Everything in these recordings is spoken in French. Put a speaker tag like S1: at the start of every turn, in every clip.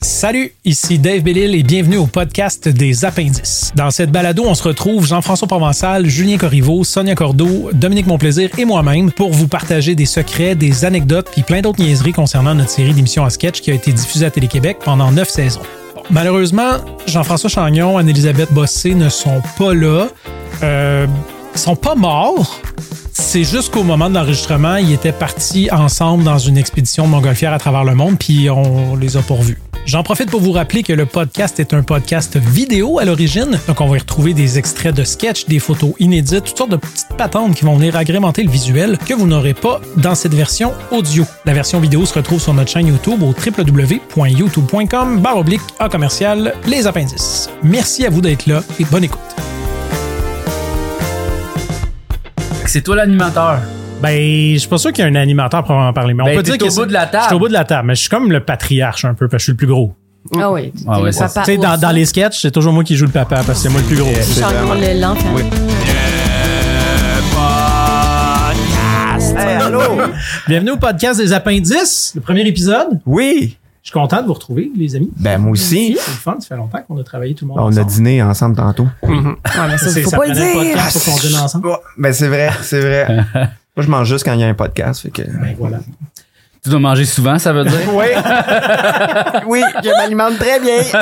S1: Salut, ici Dave Bellil et bienvenue au podcast des Appendices. Dans cette balado, on se retrouve Jean-François Provençal, Julien Corriveau, Sonia Cordeau, Dominique Monplaisir et moi-même pour vous partager des secrets, des anecdotes puis plein d'autres niaiseries concernant notre série d'émissions à sketch qui a été diffusée à Télé-Québec pendant neuf saisons. Bon, malheureusement, Jean-François Chagnon, Anne-Elisabeth Bossé ne sont pas là. Euh, ils sont pas morts. C'est juste qu'au moment de l'enregistrement, ils étaient partis ensemble dans une expédition montgolfière à travers le monde, puis on les a pourvus. J'en profite pour vous rappeler que le podcast est un podcast vidéo à l'origine, donc on va y retrouver des extraits de sketchs, des photos inédites, toutes sortes de petites patentes qui vont venir agrémenter le visuel que vous n'aurez pas dans cette version audio. La version vidéo se retrouve sur notre chaîne YouTube au www.youtube.com barre oblique A commercial les appendices. Merci à vous d'être là et bonne écoute.
S2: C'est toi l'animateur.
S1: Ben, je suis pas sûr qu'il y a un animateur probablement parler, mais on
S2: Ben,
S1: peut
S2: t'es
S1: dire que
S2: au
S1: c'est-
S2: bout de la table.
S1: Je suis au bout de la table, mais je suis comme le patriarche un peu parce que je suis le plus gros.
S3: Ah oui,
S2: Ah ouais,
S3: le
S2: ça,
S3: papa.
S1: Tu sais, dans, dans les sketchs, c'est toujours moi qui joue le papa parce que c'est moi le plus gros.
S3: ours, Chagnon, le- l'enfant.
S4: Hey, allô?
S1: Bienvenue au podcast des appendices, le premier épisode.
S4: Oui!
S1: Je suis content de vous retrouver, les amis.
S4: Ben, moi aussi.
S1: C'est le fun, ça fait longtemps qu'on a travaillé tout le monde
S4: On a
S1: ensemble.
S4: dîné ensemble tantôt.
S3: Ouais, mais ça,
S1: C'est-
S3: faut
S1: ça
S3: pas le
S1: prenait
S3: dire.
S1: podcast pour qu'on dîne ensemble.
S4: Ouais, ben, c'est vrai, c'est vrai. Moi, je mange juste quand il y a un podcast, fait que...
S1: Ben voilà.
S2: Tu dois manger souvent, ça veut dire?
S4: Oui! oui, je m'alimente très bien!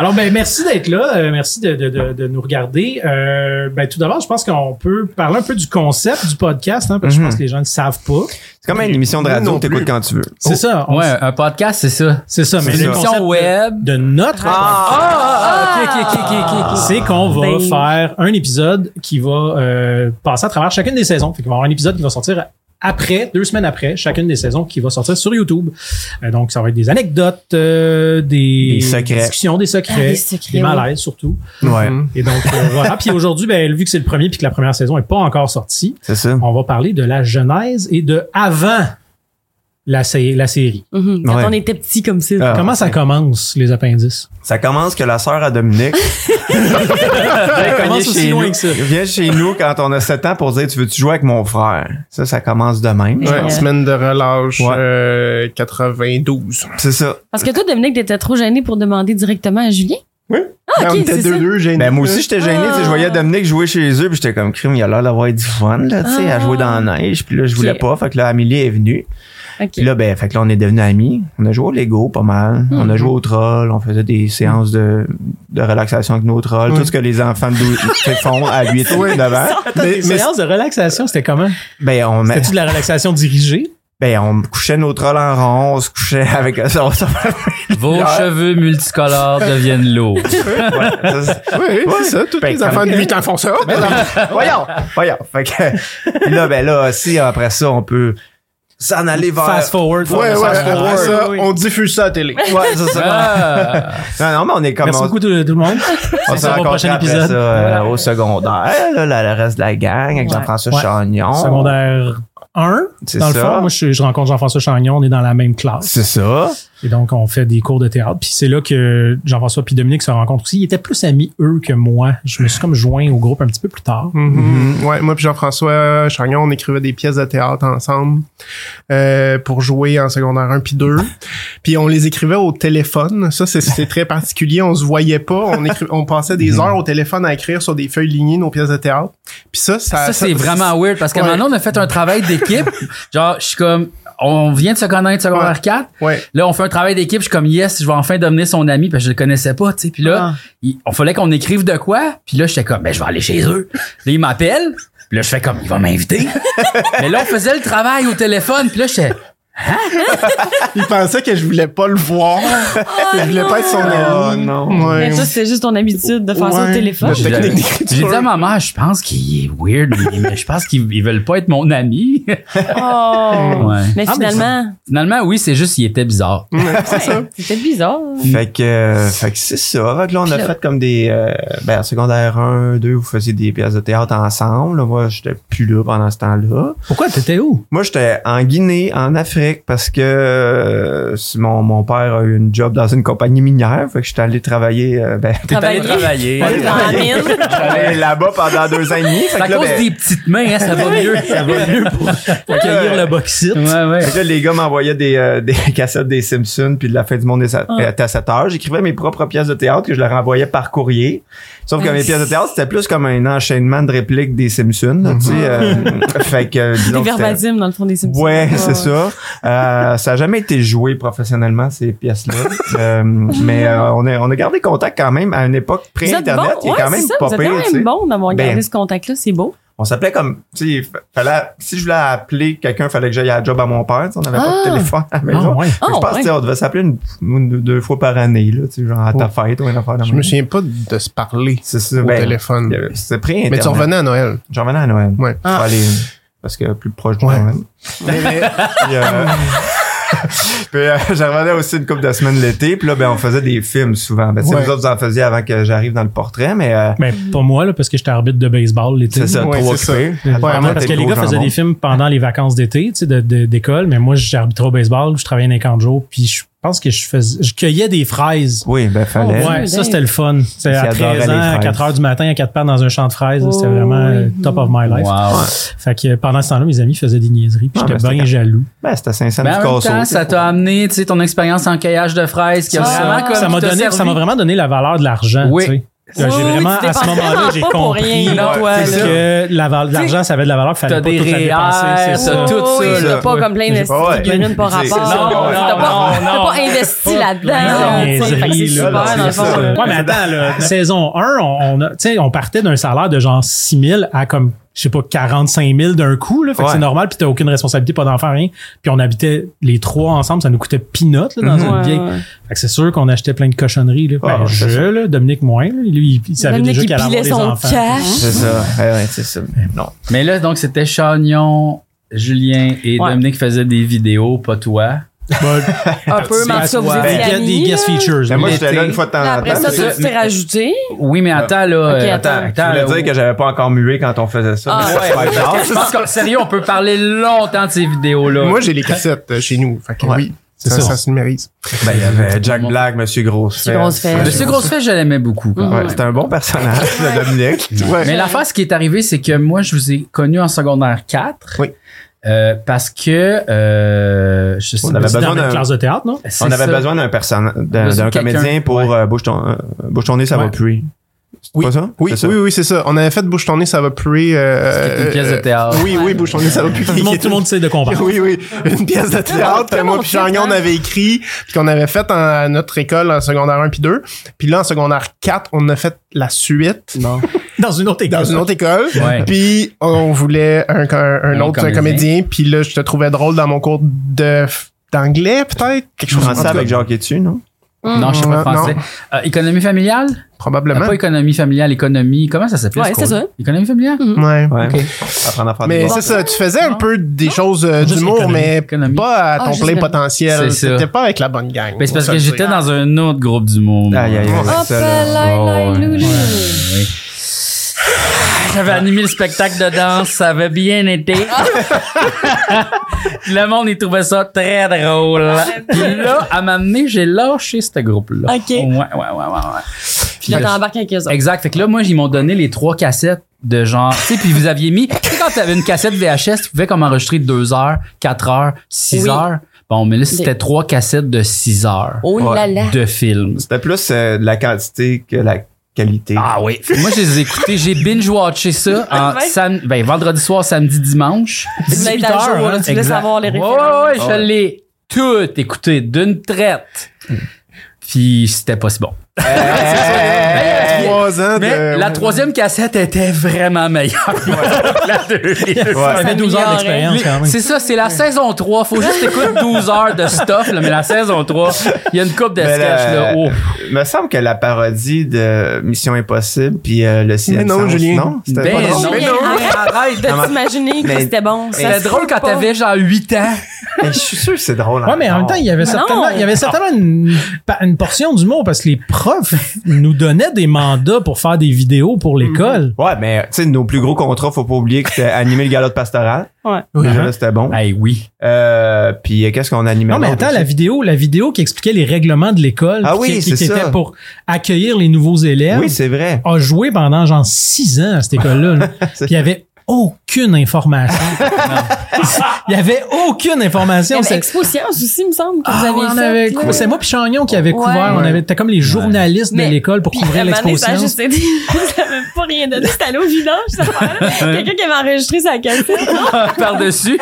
S1: Alors, ben, merci d'être là. euh, merci de, de- de- de nous regarder. Euh, ben, tout d'abord, je pense qu'on peut parler un peu du concept du podcast, hein, parce que je pense
S2: Mhm.
S1: que les gens ne savent pas.
S4: C'est comme une émission de radio, t'écoutes quand tu veux. Oh.
S1: C'est ça. on-
S2: Oh, Ouais, un podcast, c'est ça.
S1: C'est ça. Mais
S4: C'est
S1: le
S4: ça.
S1: concept de-
S2: Émission web.
S1: de notre
S2: Ah, ok, ok, ok, ok, ok.
S1: c'est qu'on va
S3: Ben.
S1: faire un épisode qui va euh, passer à travers chacune des saisons. Fait qu'il va y avoir un épisode qui va sortir après, deux semaines après, chacune des saisons qui va sortir sur YouTube. Euh, donc, ça va être des anecdotes, euh, des,
S4: Des secrets.
S1: discussions, des secrets,
S3: Ah, des secrets,
S1: des
S3: oui.
S1: malaises surtout.
S4: Ouais,
S1: Et donc, euh, voilà. Puis aujourd'hui, ben, vu que c'est le premier puis que la première saison est pas encore sortie,
S4: c'est ça.
S1: on va parler de la genèse et de avant la, sa- la série.
S3: Mhm, Quand
S4: Ouais.
S3: on était petit comme ça.
S4: Ah.
S1: Comment ça commence, les appendices?
S4: Ça commence que la sœur à Dominique
S1: Ça commence
S4: chez
S1: aussi loin
S4: nous.
S1: que ça.
S4: vient chez nous quand on a 7 ans pour dire « Tu veux-tu jouer avec mon frère? » Ça, ça commence de même.
S3: Ouais.
S5: Ouais, semaine de relâche
S4: Ouais.
S5: euh, 92.
S4: C'est ça.
S3: Parce que toi, Dominique, t'étais trop gêné pour demander directement à Julien.
S5: Oui.
S3: Ah, ok,
S5: Ben, on
S3: c'est
S5: était
S3: ça.
S5: deux, deux Euh, gênés.
S4: Ben, moi aussi, j'étais gêné.
S3: Ah.
S4: tu sais, Je voyais Dominique jouer chez eux, puis j'étais comme, crime, il a l'air d'avoir du fun, là, tu sais, à
S3: Ah.
S4: jouer dans la neige. Puis là, je voulais
S3: Ok.
S4: pas. Fait que là, Amélie est venue.
S3: Ok.
S4: Puis là, ben, fait que là, on est devenus amis. On a joué au Lego pas mal.
S5: Mhm.
S4: On a joué au troll. On faisait des séances de, de relaxation avec nos trolls. Tout ce que les enfants de 12 font à 8 ou 9 ans.
S1: Mais, les séances de relaxation, c'était comment?
S4: Ben, on, met-
S1: C'était-tu de la relaxation dirigée?
S4: ben, on couchait nos trolls en rond. On se couchait avec ça. on se-
S2: Vos cheveux multicolores deviennent lourds.
S4: Ouais, ça, c'est-
S5: Oui, c'est ça. Tous
S4: Ben,
S5: les
S4: quand
S5: enfants de
S4: même.
S5: 8 ans font ça.
S4: voyons, voyons. Fait que, là, ben, là, si après ça, on peut s'en aller vers.
S1: Fast forward.
S5: Ouais, ouais,
S1: fast
S5: après
S1: forward.
S5: ça,
S1: Oui, oui.
S5: on diffuse ça à la télé.
S4: Ouais, c'est ça.
S2: Ah.
S4: Non, non, mais on est comme
S1: Merci
S4: on-
S1: beaucoup tout, tout le monde.
S4: On
S1: On
S4: s'est
S1: se revoit au
S4: rencontrés
S1: prochain
S4: après
S1: épisode.
S4: ça, euh, au secondaire, là, la- le reste de la gang, avec
S3: Ouais.
S4: Jean-François
S1: Ouais.
S4: Chagnon.
S1: Secondaire 1.
S4: C'est
S1: Dans le
S4: ça.
S1: fond, moi, je, je rencontre Jean-François Chagnon. On est dans la même classe.
S4: C'est ça.
S1: Et donc, on fait des cours de théâtre. Puis c'est là que Jean-François puis Dominique se rencontrent aussi. Ils étaient plus amis, eux, que moi. Je me suis comme joint au groupe un petit peu plus tard.
S5: Mhm. Ouais, moi puis Jean-François Chagnon, on écrivait des pièces de théâtre ensemble euh, pour jouer en secondaire 1 puis 2. Puis on les écrivait au téléphone. Ça, c'est- c'était très particulier. On se voyait pas. On, écri- on passait des heures au téléphone à écrire sur des feuilles lignées nos pièces de théâtre. Puis ça, ça...
S2: Ça, c'est vraiment weird parce qu'à un
S5: Ouais.
S2: moment donné, on a fait un travail d'équipe. Genre, je suis comme, on vient de se connaître secondaire
S5: Ouais.
S2: 4.
S5: Ouais.
S2: Là, on fait un travail d'équipe. Je suis comme, yes, je vais enfin devenir son ami parce que je le connaissais pas, tu sais. Puis là, il- on fallait qu'on écrive de quoi. Puis là, j'étais comme, ben, je vais aller chez eux. Là, ils m'appellent. Puis là, je fais comme, il va m'inviter. Mais là, on faisait le travail au téléphone. Puis là, j'étais,
S5: Il pensait que je voulais pas le voir. je voulais pas être son
S4: Oh,
S5: ami.
S4: non.
S5: Ouais.
S3: Mais Ben, ça, c'est juste ton habitude de faire ça au
S5: Ouais.
S3: téléphone.
S5: Je- technique d'écriture.
S2: J'ai dit à ma mère, je pense qu'il est weird, mais- mais je pense qu'ils ils veulent pas être mon ami.
S3: Oh.
S2: Ouais.
S3: Mais
S1: Ah,
S3: finalement,
S2: Finalement, oui, c'est juste qu'il était bizarre.
S3: ouais, c'était bizarre.
S4: Fait que, euh, fait que c'est ça. Fait que là, on a
S3: Puis là-
S4: fait comme des, euh, ben, en secondaire 1, 2, vous faisiez des pièces de théâtre ensemble. Moi, j'étais plus là pendant ce temps-là.
S1: Pourquoi? T'étais où?
S4: Moi, j'étais en Guinée, en Afrique, Québec parce que euh, mon, mon père a eu une job dans une compagnie minière. Fait que j'étais allé travailler, euh, ben,
S2: T'es allé travailler.
S3: Dans la mine.
S4: j'allais là-bas pendant deux ans et demi. Fait
S2: C'est à
S4: que là,
S2: cause
S4: ben,
S2: des petites mains, hein, ça va mieux. ça va mieux pour accueillir le boxite. Ouais, ouais.
S4: fait que là, les gars m'envoyaient des, euh, des cassettes des Simpsons puis de la fin du monde est à-
S3: Ah.
S4: était à 7 heures. J'écrivais mes propres pièces de théâtre que je leur envoyais par courrier. Sauf que mes pièces de théâtre, c'était plus comme un enchaînement de répliques des Simpsons. là, tu sais,
S2: Ah.
S4: euh, fait que,
S3: Des
S4: disons que c'était-
S3: verbatims dans le fond des Simpsons.
S4: Ouais, c'est ça. Euh, ça n'a jamais été joué professionnellement, ces pièces-là. Euh, mais euh, on, a, on a gardé contact quand même à une époque
S3: Vous êtes
S4: pré-Internet
S3: bon,
S4: qui est quand même pas
S3: vous êtes
S4: pire,
S3: quand
S4: tu sais.
S3: même bon d'avoir
S4: Ben.
S3: gardé ce contact-là, c'est beau.
S4: On s'appelait comme, tu sais, fa- fallait, si je voulais appeler quelqu'un, fallait que j'aille à la job à mon père, tu sais, on n'avait pas
S3: Ah.
S4: de téléphone à la maison.
S1: Ah, ouais.
S4: Fait que je
S3: Oh,
S4: pense,
S3: ouais.
S4: tu sais, on devait s'appeler une, une- deux fois par année, là, tu sais, genre à ta fête ou une affaire de
S5: Je
S4: même.
S5: me souviens pas de se parler
S4: C'est ça,
S5: au
S4: ben,
S5: téléphone.
S4: il y avait- C'était pré-internet.
S5: Mais tu revenais à Noël.
S4: J'en revenais à Noël.
S5: Ouais.
S4: Pour
S1: Ah.
S4: aller, parce que plus proche du
S5: Ouais.
S4: Noël. Puis, euh, puis, euh, j'en revenais aussi une couple de semaines l'été. Puis là, ben, on faisait des films souvent. Ben, tu sais,
S5: Ouais.
S4: Vous autres, vous en faisiez avant que j'arrive dans le portrait, mais euh,
S1: Ben, pas moi, là, parce que j'étais arbitre de baseball l'été.
S4: c'est ça,
S5: Ouais,
S4: trop
S5: c'est ça.
S4: occupé.
S5: Ouais,
S4: Vraiment,
S5: moi,
S1: Parce
S4: t'es
S1: que les
S4: gros
S1: gars faisaient
S4: jambon.
S1: des films pendant les vacances d'été, tu sais, de- de- d'école, mais moi, j'arbitrais au baseball, je travaillais dans les camps de jour, puis je pense que je faisais, je cueillais des fraises.
S4: Oui, ben, fallait.
S3: Oh,
S1: Ouais,
S3: Dieu,
S1: ça
S3: dingue.
S1: c'était le fun. C'est à
S4: J'adorais
S1: 13
S4: les
S1: ans, à
S4: fraises.
S1: 4 heures du matin, à quatre pattes dans un champ de fraises, là, c'était
S3: Oh,
S1: vraiment
S3: oui.
S1: euh, top of my life.
S2: Wow.
S1: Fait que pendant ce temps-là, mes amis faisaient des niaiseries, puis
S4: Ah,
S1: j'étais
S4: ben,
S1: bien
S4: c'était-
S1: jaloux.
S4: Ben, c'était 500
S2: Mais en même temps, ça t'a amené, tu sais, ton expérience en caillage de fraises qui a
S3: Ça-
S2: vraiment comme
S1: Ça m'a
S2: qui t'a
S1: donné, ça
S2: servi.
S1: m'a vraiment donné la valeur de l'argent.
S2: Oui.
S1: tu sais. J'ai
S3: Oh, Oui, oui,
S1: vraiment,
S3: tu
S1: à ce
S3: dépenses
S1: moment-là,
S3: vraiment
S1: j'ai
S3: pas pour
S1: compris
S3: rien, là,
S1: ouais,
S3: toi,
S1: c'est
S2: là.
S1: que la val- l'argent, ça avait de la valeur, qu'il
S2: T'as
S1: fallait pas
S2: des
S1: tout la dépenser.
S2: REER,
S1: C'est ça.
S2: t'as tout ça,
S3: Oui,
S2: là.
S3: t'as pas comme plein
S1: Ouais.
S3: de petites figurines par
S4: C'est-
S3: rapport.
S4: c'est-
S2: Non, non,
S3: T'as pas-
S2: non,
S3: T'as
S2: non.
S3: pas investi là-dedans.
S1: Plein de
S3: tu sais, fait que C'est
S1: niaiseries,
S3: super,
S1: là,
S3: dans le
S1: c'est ça.
S3: fond.
S1: Ouais, mais attends, là, saison 1, on, on, a- tu sais, on partait d'un salaire de genre 6 000 à comme, je sais pas, 45 000 d'un coup. Là, fait que
S4: Ouais.
S1: c'est normal, puis t'as aucune responsabilité, pas d'enfant, rien. Puis on habitait les trois ensemble, ça nous coûtait peanut là, dans
S4: Mhm.
S1: une
S3: Ouais,
S1: vieille...
S3: ouais.
S1: Fait que c'est sûr qu'on achetait plein de cochonneries. Là. Ben,
S4: Ah,
S1: je,
S4: c'est ça.
S1: là, Dominique moins, là, lui, il, il savait
S3: Dominique,
S1: déjà
S3: il
S1: qu'il allait avoir
S3: pilait
S1: des
S3: son
S1: enfants.
S3: cash.
S4: C'est ça. Ouais, ouais, c'est ça. Mais non.
S2: Mais là, donc, c'était Chagnon, Julien et
S3: Ouais.
S2: Dominique faisaient des vidéos, pas toi.
S1: Ben,
S3: Un peu, mais en tout cas, vous
S2: Ben,
S1: des,
S3: étiez
S1: guest- des
S3: amis.
S1: guest
S3: là.
S1: features.
S4: Mais
S1: là.
S4: Ben, moi,
S2: L'été.
S4: j'étais là une fois de temps
S3: Là,
S4: en
S3: Après
S4: temps.
S3: ça,
S4: c'est-
S3: toi, tu t'es rajouté.
S2: Oui, mais attends, là.
S3: Ok,
S2: euh,
S3: attends.
S2: attends.
S4: Je
S2: là,
S4: voulais dire que j'avais pas encore mué quand on faisait ça.
S3: Ah,
S4: mais
S2: ouais,
S4: c'est pas
S2: parce
S4: grave.
S2: Je pense que, sérieux, on peut parler longtemps de ces vidéos-là.
S5: Moi, j'ai les cassettes euh, chez nous. Fait que
S4: Ouais.
S5: oui,
S1: C'est
S5: ça,
S1: ça.
S5: ça se numérise.
S4: Ben, il y avait Jack Black, Monsieur Grosse
S3: Monsieur Grossefesse.
S2: Monsieur Grossefest, je l'aimais beaucoup. quand
S4: Ouais,
S2: même.
S4: c'était un bon personnage, le Dominique.
S2: Mais l'affaire, ce qui est arrivé, c'est que moi, je vous ai connu en secondaire 4.
S5: Oui.
S2: Euh, parce que euh, je sais
S4: On
S2: pas
S4: avait
S2: si-
S1: C'était
S4: besoin
S1: dans la
S4: d'un-
S1: classe de théâtre, non?
S2: c'est
S4: On
S2: ça.
S4: avait besoin d'un personnage, d'un
S2: Besoin
S4: d'un
S2: de quelqu'un.
S4: comédien pour
S2: Ouais.
S4: euh, bouche ton euh, bouche tournée ça va
S5: Ouais.
S4: plus. C'est
S5: Oui.
S4: Pas ça?
S5: Oui,
S4: C'est ça?
S5: oui, oui, c'est ça. On avait fait Bouche tournée, ça va plus. euh,
S2: C'était une pièce de théâtre.
S5: Oui, oui, Bouche tournée, ça va plus.
S1: Tout le, monde, tout le monde sait de quoi on parle.
S5: Oui, oui, une pièce de théâtre.
S3: Comment-
S5: moi
S3: comment
S5: puis
S3: on fait,
S5: Chagnon, on
S3: hein?
S5: avait écrit, puis qu'on avait fait en- à notre école en secondaire 1 puis 2. Puis là, en secondaire 4, on a fait la suite
S1: Dans une autre école.
S5: dans une autre école.
S2: Ouais.
S5: Puis on voulait un, un- un
S2: Un
S5: autre
S2: comédien.
S5: comédien. Puis là, je te trouvais drôle dans mon cours de f- d'anglais, peut-être. Quelque chose en
S4: Français
S5: tout cas,
S4: avec Jacques Etu, non?
S2: Non, je sais pas
S5: Non.
S2: français. Euh, économie familiale?
S5: Probablement.
S2: Ah, Pas économie familiale, économie. Comment ça s'appelait?
S3: Ouais,
S2: ce cours-là?
S3: c'est ça.
S2: Économie familiale?
S5: Ouais.
S4: Ouais.
S2: Ok.
S4: Apprendre à faire
S5: Mais
S4: des
S5: c'est ça, tu faisais un peu des choses euh,
S1: Juste
S5: d'humour,
S1: économie,
S5: mais
S2: économie.
S5: pas à
S3: Ah,
S5: ton
S3: juste
S5: plein
S3: économie.
S5: potentiel.
S2: C'est ça.
S5: C'était pas avec la bonne gang.
S4: Oh,
S2: Ben, c'est parce
S5: Ça,
S2: que
S5: je
S2: j'étais
S5: dirais.
S2: dans un autre groupe du monde.
S4: Aïe, aïe, aïe.
S3: Hop,
S4: ça, là.
S3: là, là,
S2: Ouais,
S3: loulou.
S2: ouais, ouais. Ah, J'avais animé le spectacle de danse, ça avait bien été. le monde, il trouvait ça très drôle.
S3: Ah,
S2: Puis là, à m'amener, j'ai lâché ce groupe-là.
S3: OK.
S2: Ouais, ouais, ouais, ouais, ouais.
S3: Puis là, t'embarques avec eux autres.
S2: Exact. Fait que là, moi, ils m'ont donné les trois cassettes de genre, tu sais, puis vous aviez mis, tu sais, quand t'avais une cassette VHS, tu pouvais comme enregistrer deux heures, quatre heures, six
S3: Oui.
S2: heures. Bon, mais là, c'était trois cassettes de six heures
S3: Oh là là.
S2: de films.
S4: C'était plus euh, de la quantité que la qualité.
S2: Ah oui. Moi, je les ai écoutés. J'ai binge-watché ça en
S3: Ouais.
S2: sam- ben, vendredi soir, samedi, dimanche.
S3: Tu voulais être
S2: 18
S3: à jour,
S2: heures, hein.
S3: là, tu voulais
S2: exact.
S3: savoir les
S2: Ouais,
S3: références.
S2: Ouais, ouais, je l'ai tout écouté d'une traite. Puis c'était pas si bon.
S5: Hey, Trois ans
S2: Mais
S5: de-
S2: la
S5: ouais.
S2: troisième cassette était vraiment meilleure. La deuxième.
S1: Ça avait 12 heures
S3: s'améliorait.
S1: d'expérience quand même.
S2: C'est ça, c'est la saison 3. Faut juste écouter 12 heures de stuff, là, mais la saison 3, il y a une coupe de
S4: Mais
S2: sketchs là.
S4: la-
S2: Oh.
S4: Il me semble que la parodie de Mission Impossible puis euh, le Sixième
S5: non,
S4: Sens,
S5: Julien.
S4: Non, c'était
S2: Ben
S4: pas drôle.
S2: non,
S3: drôle.
S2: mais non, arrête.
S3: De t'imaginer que
S4: Mais-
S3: c'était bon. ça
S2: C'était
S3: se
S2: drôle
S3: peut
S2: quand
S3: pas.
S2: t'avais genre 8 ans.
S4: Mais je suis sûr que c'est drôle.
S1: Ouais, mais en même temps, il y avait certainement, il y avait certainement une, pa- une portion d'humour parce que les profs nous donnaient des mandats pour faire des vidéos
S3: Mhm.
S1: pour l'école.
S4: Ouais, mais tu sais, nos plus gros contrats, faut pas oublier que c'était animer le galop de pastoral.
S3: Ouais.
S4: Déjà, là, c'était bon.
S2: Hey, oui.
S4: Euh, puis euh, qu'est-ce qu'on animait?
S1: Uh-huh. Non, mais
S4: d'autre
S1: attends, la
S4: aussi?
S1: vidéo, la vidéo qui expliquait les règlements de l'école,
S4: Ah
S1: puis
S4: oui,
S1: qui, qui-
S4: c'est
S1: qui
S4: ça.
S1: était pour accueillir les nouveaux élèves,
S4: Oui, c'est vrai.
S1: a joué pendant genre six ans à cette école-là. là. Puis il y avait aucune information. il y avait aucune
S3: Il y
S1: information.
S3: avait
S1: C'est-
S3: Expo Science aussi, il me semble, que vous
S1: Ah,
S3: avez
S1: on
S3: fait,
S1: avait
S3: là.
S1: cou- C'est moi puis Chagnon qui avait couvert.
S3: Ouais.
S1: On avait, t'as comme les journalistes
S3: Mais-
S1: de l'école pour
S3: Puis,
S1: couvrir
S3: à un moment donné,
S1: l'exposition.
S3: ça a juste été. ça m'a pas rien donné. C'était allé au vidange, cette affaire-là. Quelqu'un qui avait enregistré sa cassette.
S2: Par-dessus.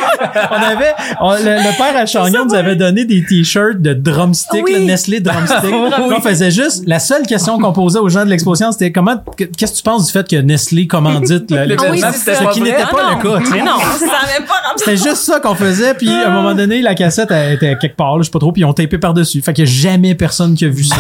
S1: On avait, on- le, le père à Chagnon nous avait donné des t-shirts de drumstick,
S3: Oui.
S1: le Nestlé drumstick. On faisait juste, la seule question qu'on posait aux gens de l'exposition, c'était comment, que- qu'est-ce que tu penses du fait que Nestlé commandite le-
S2: Ah oui,
S1: l'exposition?
S2: c'est ça.
S1: ce qui n'était
S2: Ah
S1: pas
S3: non.
S1: le cas, tu sais.
S3: Mais non, ça n'avait pas rempli.
S1: C'était juste ça qu'on faisait, puis à un moment donné, la cassette elle était quelque part, là, je sais pas trop, puis on tapé par-dessus. Fait qu'il y a jamais personne qui a vu ça.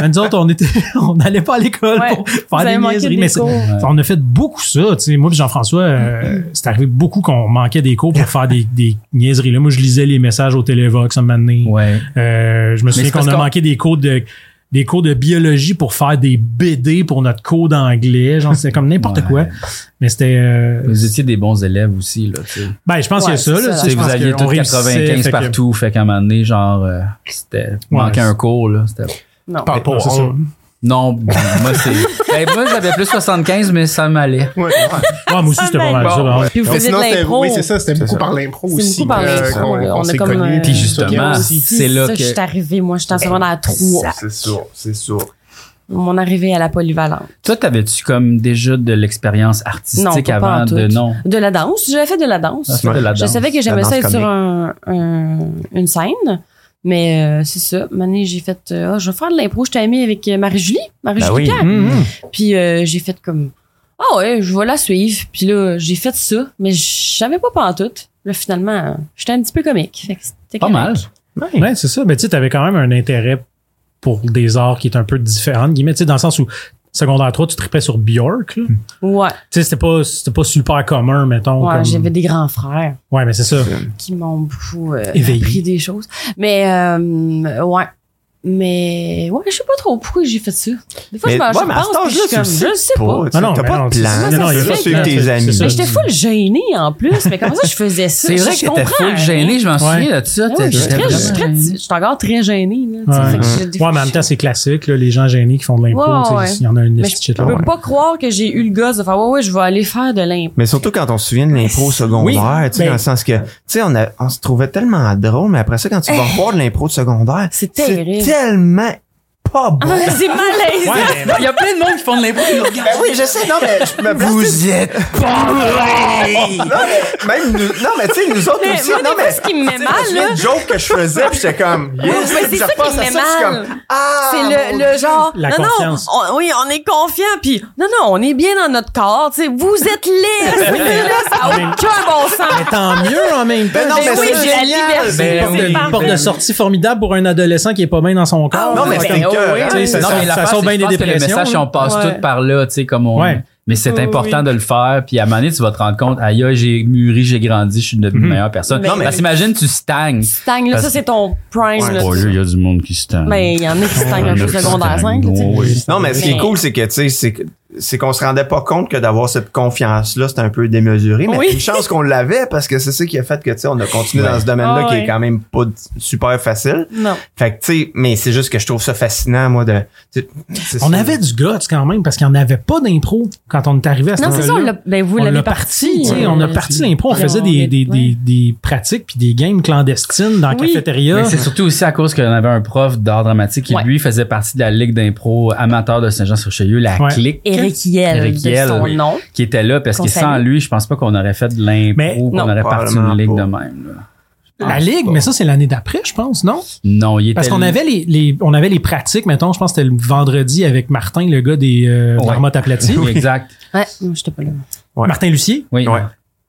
S1: Mais Nous autres, on était, on n'allait pas à l'école
S3: Ouais.
S1: pour
S3: Vous
S1: faire
S3: avez
S1: des
S3: manqué
S1: niaiseries.
S3: des
S1: Mais c'est-
S3: cours.
S1: on a fait beaucoup ça, tu sais. Moi, puis Jean-François, euh,
S2: Mm-hmm.
S1: c'est arrivé beaucoup qu'on manquait des cours pour faire des, des niaiseries. Là, moi, je lisais les messages au Télévox un moment donné.
S2: Ouais.
S1: Euh, je me souviens
S2: c'est
S1: qu'on
S2: parce
S1: a
S2: qu'on-
S1: manqué des cours de des cours de biologie pour faire des BD pour notre cours d'anglais, genre c'était comme n'importe quoi.
S2: Ouais.
S1: Mais c'était euh,
S2: Vous étiez des bons élèves aussi, là, tu sais.
S1: ben je pense qu'il y
S3: Ouais,
S1: a ça là,
S3: c'est ça.
S1: tu
S2: Tu
S1: sais,
S2: sais,
S1: je
S2: vous
S1: pense
S2: aviez
S1: qu'on
S2: tous
S1: réussissait,
S2: 95
S1: fait que-
S2: partout, fait qu'à un moment donné, genre, euh, c'était, manquait
S1: c'est-
S2: un cours, là. C'était,
S3: Non.
S5: Parle pas,
S1: Ouais, c'est
S5: on-
S1: ça.
S2: non, bon, moi, c'est, Ben, moi, j'avais plus 75, mais ça m'allait.
S5: Ouais, ouais.
S1: Ouais, moi aussi c'était pas mal hein.
S2: Bon.
S1: ça. ouais.
S3: Puis vous
S5: Mais
S3: faisiez de
S5: sinon, c'était-
S3: l'impro.
S5: oui, c'est ça, c'était
S4: C'est
S5: beaucoup
S4: ça.
S5: par l'impro
S3: C'est
S5: aussi.
S3: beaucoup par
S5: euh,
S3: l'impro,
S5: qu'on-
S3: ouais.
S5: qu'on
S3: On a
S5: s'est
S3: comme,
S5: connus.
S3: euh,
S2: Puis justement,
S5: aussi.
S2: c'est là
S3: ça,
S2: que-
S3: je suis arrivée. Moi, j'étais en secondaire 3.
S4: C'est sûr, c'est sûr.
S3: Mon arrivée à la polyvalente.
S2: Toi, t'avais-tu comme déjà de l'expérience artistique
S3: Non, pas- pas
S2: avant
S3: en
S2: de,
S3: tout.
S2: non? Ah,
S3: De la danse. J'avais fait de la danse.
S2: C'était de la
S3: Je
S2: danse.
S3: savais que j'aimais
S4: La
S3: ça
S4: danse
S3: être sur un, un- une scène, mais euh, c'est ça. Mané, j'ai fait, euh, Ah, je vais faire de l'impro. J'étais amie avec euh, Marie-Julie, Marie-Julie
S4: Ben oui.
S3: Pierre.
S1: Hum, hum.
S3: Puis euh, j'ai fait comme, ah ouais, je vais la suivre. Puis là, j'ai fait ça, mais je savais pas pantoute. Là, finalement, euh, j'étais un petit peu comique. Fait que c'était
S2: Pas
S3: correct.
S2: mal.
S1: Ouais, c'est ça. Mais tu sais, t'avais quand même un intérêt pour des arts qui est un peu différent, entre guillemets, tu sais, dans le sens où secondaire 3, tu tripais sur Bjork. là. Tu
S3: Ouais,
S1: sais, c'était pas, c'était pas super commun, mettons.
S3: ouais
S1: comme-
S3: j'avais des grands frères
S1: ouais mais c'est ça.
S3: qui m'ont beaucoup euh,
S1: Éveillé.
S3: appris des choses. Mais euh, ouais. Mais ouais, je sais pas trop pourquoi j'ai fait ça. Des fois,
S4: Mais,
S3: je m'en
S4: ouais,
S3: je
S4: mais à cet
S3: pense, puis je suis
S4: âge-là,
S3: comme,
S4: tu
S3: je
S4: sais
S3: sais pas.
S4: pas.
S1: Ah non,
S4: T'as
S1: mais non,
S4: pas de
S1: c'est-
S4: plan.
S1: non, non,
S3: il y a
S4: pas
S3: pas de
S4: suivre
S1: plan,
S4: tes
S1: c'est-
S4: amis.
S1: c'est
S3: Mais
S1: ça.
S3: j'étais full gênée en plus. Mais comment ça, je faisais ça?
S2: C'est vrai
S3: je
S2: que t'étais
S3: comprends
S2: full
S3: rien.
S2: gêné, je m'en
S1: Ouais.
S2: souviens de ça.
S3: Ah oui, je suis
S2: t'étais
S3: très- je suis
S2: vraiment-
S3: très- je suis encore très gênée. Là, tu sais,
S1: Ouais.
S3: fait que j'ai des
S1: Ouais, mais en
S3: fois,
S1: même
S3: je-
S1: temps, c'est classique, là, les gens gênés qui font de l'impro,
S3: Ouais,
S1: tu sais,
S3: ouais.
S1: s'il y en a une
S3: Mais
S1: petite shit
S3: Je
S1: là.
S3: peux
S4: Ouais.
S3: pas croire que j'ai eu le gosse de faire Ouais, ouais, je vais aller faire de l'impro.
S4: Mais surtout quand on se souvient de l'impro secondaire, tu sais,
S1: ben-
S4: dans le sens que, tu sais, on, a- on se trouvait tellement drôle, mais après ça, quand tu vas revoir de l'impro de secondaire,
S3: Eh. C'est
S4: c'est
S3: terrible.
S4: tellement pas bon.
S3: Ah, c'est malaise.
S1: Ouais, mais-
S2: Il y a plein de monde qui font de l'impro.
S4: Ben oui, je sais, non, mais je me Vous êtes pas Non, mais même nous, non, mais tu sais, nous autres
S3: Mais
S4: aussi,
S3: moi, des
S4: non,
S3: fois,
S4: mais.
S3: ce qui me met
S4: tu sais, je me
S3: mal,
S4: souviens
S3: Ah, là-
S4: de joke que je faisais, puis j'étais comme, yes,
S3: mais
S4: puis
S3: c'est
S4: je
S3: ça qui
S4: repense
S3: me
S4: à
S3: met
S4: ça, puis je suis
S3: mal.
S4: comme, ah!
S3: C'est
S4: mon
S3: le,
S4: Dieu.
S3: le genre.
S1: La
S3: non,
S1: confiance.
S3: non, on- oui, on est confiant, puis non, non, on est bien dans notre corps. Tu sais, vous êtes libres. ça n'a aucun bon sens.
S1: Mais tant mieux en même temps.
S4: Ben non,
S3: Mais
S4: mais
S3: oui,
S4: c'est
S3: j'ai la liberté.
S4: génial.
S1: C'est une porte de-
S2: oui,
S1: une porte de
S2: ben-
S1: sortie formidable pour un adolescent qui est pas bien dans son corps.
S4: Ah, Non, mais
S3: Ben,
S4: c'était
S3: oh,
S4: cœur,
S3: oui,
S4: hein.
S1: Tu sais, ça
S2: Non,
S1: sort-
S2: mais
S1: ça
S2: l'affaire,
S1: sort
S2: c'est
S1: bien
S2: que
S1: des
S2: je pense que
S1: dépressions,
S2: Le message,
S1: là.
S2: on passe
S3: Ouais.
S2: tout par là, tu sais, comme on.
S1: Ouais.
S2: Mais c'est important de le faire, puis à un moment donné, tu vas te rendre compte, aïe, aïe, j'ai mûri, j'ai grandi, je suis devenu une
S1: Mhm.
S2: meilleure personne.
S3: Mais-
S2: Non, mais parce que imagine, tu stagnes.
S3: Stagne, là,
S2: Parce-
S3: ça, c'est ton prime. là, tu sais.
S2: il y a du monde qui stagne.
S3: Mais il y en a qui stagnent un peu secondaire 5. tu sais.
S4: Non, mais ce qui est
S3: Mais-
S4: cool, c'est que, tu sais, c'est que- c'est qu'on se rendait pas compte que d'avoir cette confiance-là, c'était un peu démesuré. Mais
S3: Oui.
S4: une chance qu'on l'avait parce que c'est ça qui a fait que, tu sais, on a continué dans ce domaine-là
S3: Ah
S4: qui
S3: ouais.
S4: est quand même pas d- super facile.
S3: Non.
S4: Fait que, tu sais, mais c'est juste que je trouve ça fascinant, moi, de... tu sais, c'est
S1: On
S4: ça.
S1: avait du guts quand même parce qu'il n'y en avait pas d'impro quand on est arrivé à ce
S3: Non, c'est ça, on
S1: moment-là.
S3: l'a, ben, vous
S1: on
S3: l'avez
S1: l'a
S3: parti.
S1: parti, tu sais,
S3: euh,
S1: on a parti l'impro, on
S3: Ouais.
S1: faisait
S3: On
S1: des,
S3: est-
S1: des, des, des pratiques puis des games clandestines dans la
S3: Oui.
S1: cafétéria.
S2: Mais c'est surtout aussi à cause qu'on avait un prof d'art dramatique qui,
S3: Ouais.
S2: lui, faisait partie de la Ligue d'impro amateur de Saint-Jean-sur-Chelieu, la
S1: Ouais.
S2: clique,
S3: Eric Yel,
S2: Eric
S3: de
S2: Yel,
S3: son
S2: oui.
S3: nom.
S2: qui était là, parce
S3: Qu'on
S2: que sans
S3: salue.
S2: lui, je pense pas qu'on aurait fait de
S1: Mais-
S2: l'impro, qu'on
S3: Non,
S2: aurait parti
S4: probablement
S2: une Ligue de
S4: pas.
S2: même. là.
S1: La ligue, mais ça c'est l'année d'après, je pense, non
S2: Non, il était
S1: Parce qu'on avait les, les on avait les pratiques, mettons, je pense que c'était le vendredi avec Martin, le gars des euh,
S2: Ouais.
S1: marmottes aplaties.
S2: Oui, Exact.
S3: Ouais, non, j'étais pas là.
S4: Ouais.
S1: Martin Lucier.
S2: Oui.
S4: Ouais.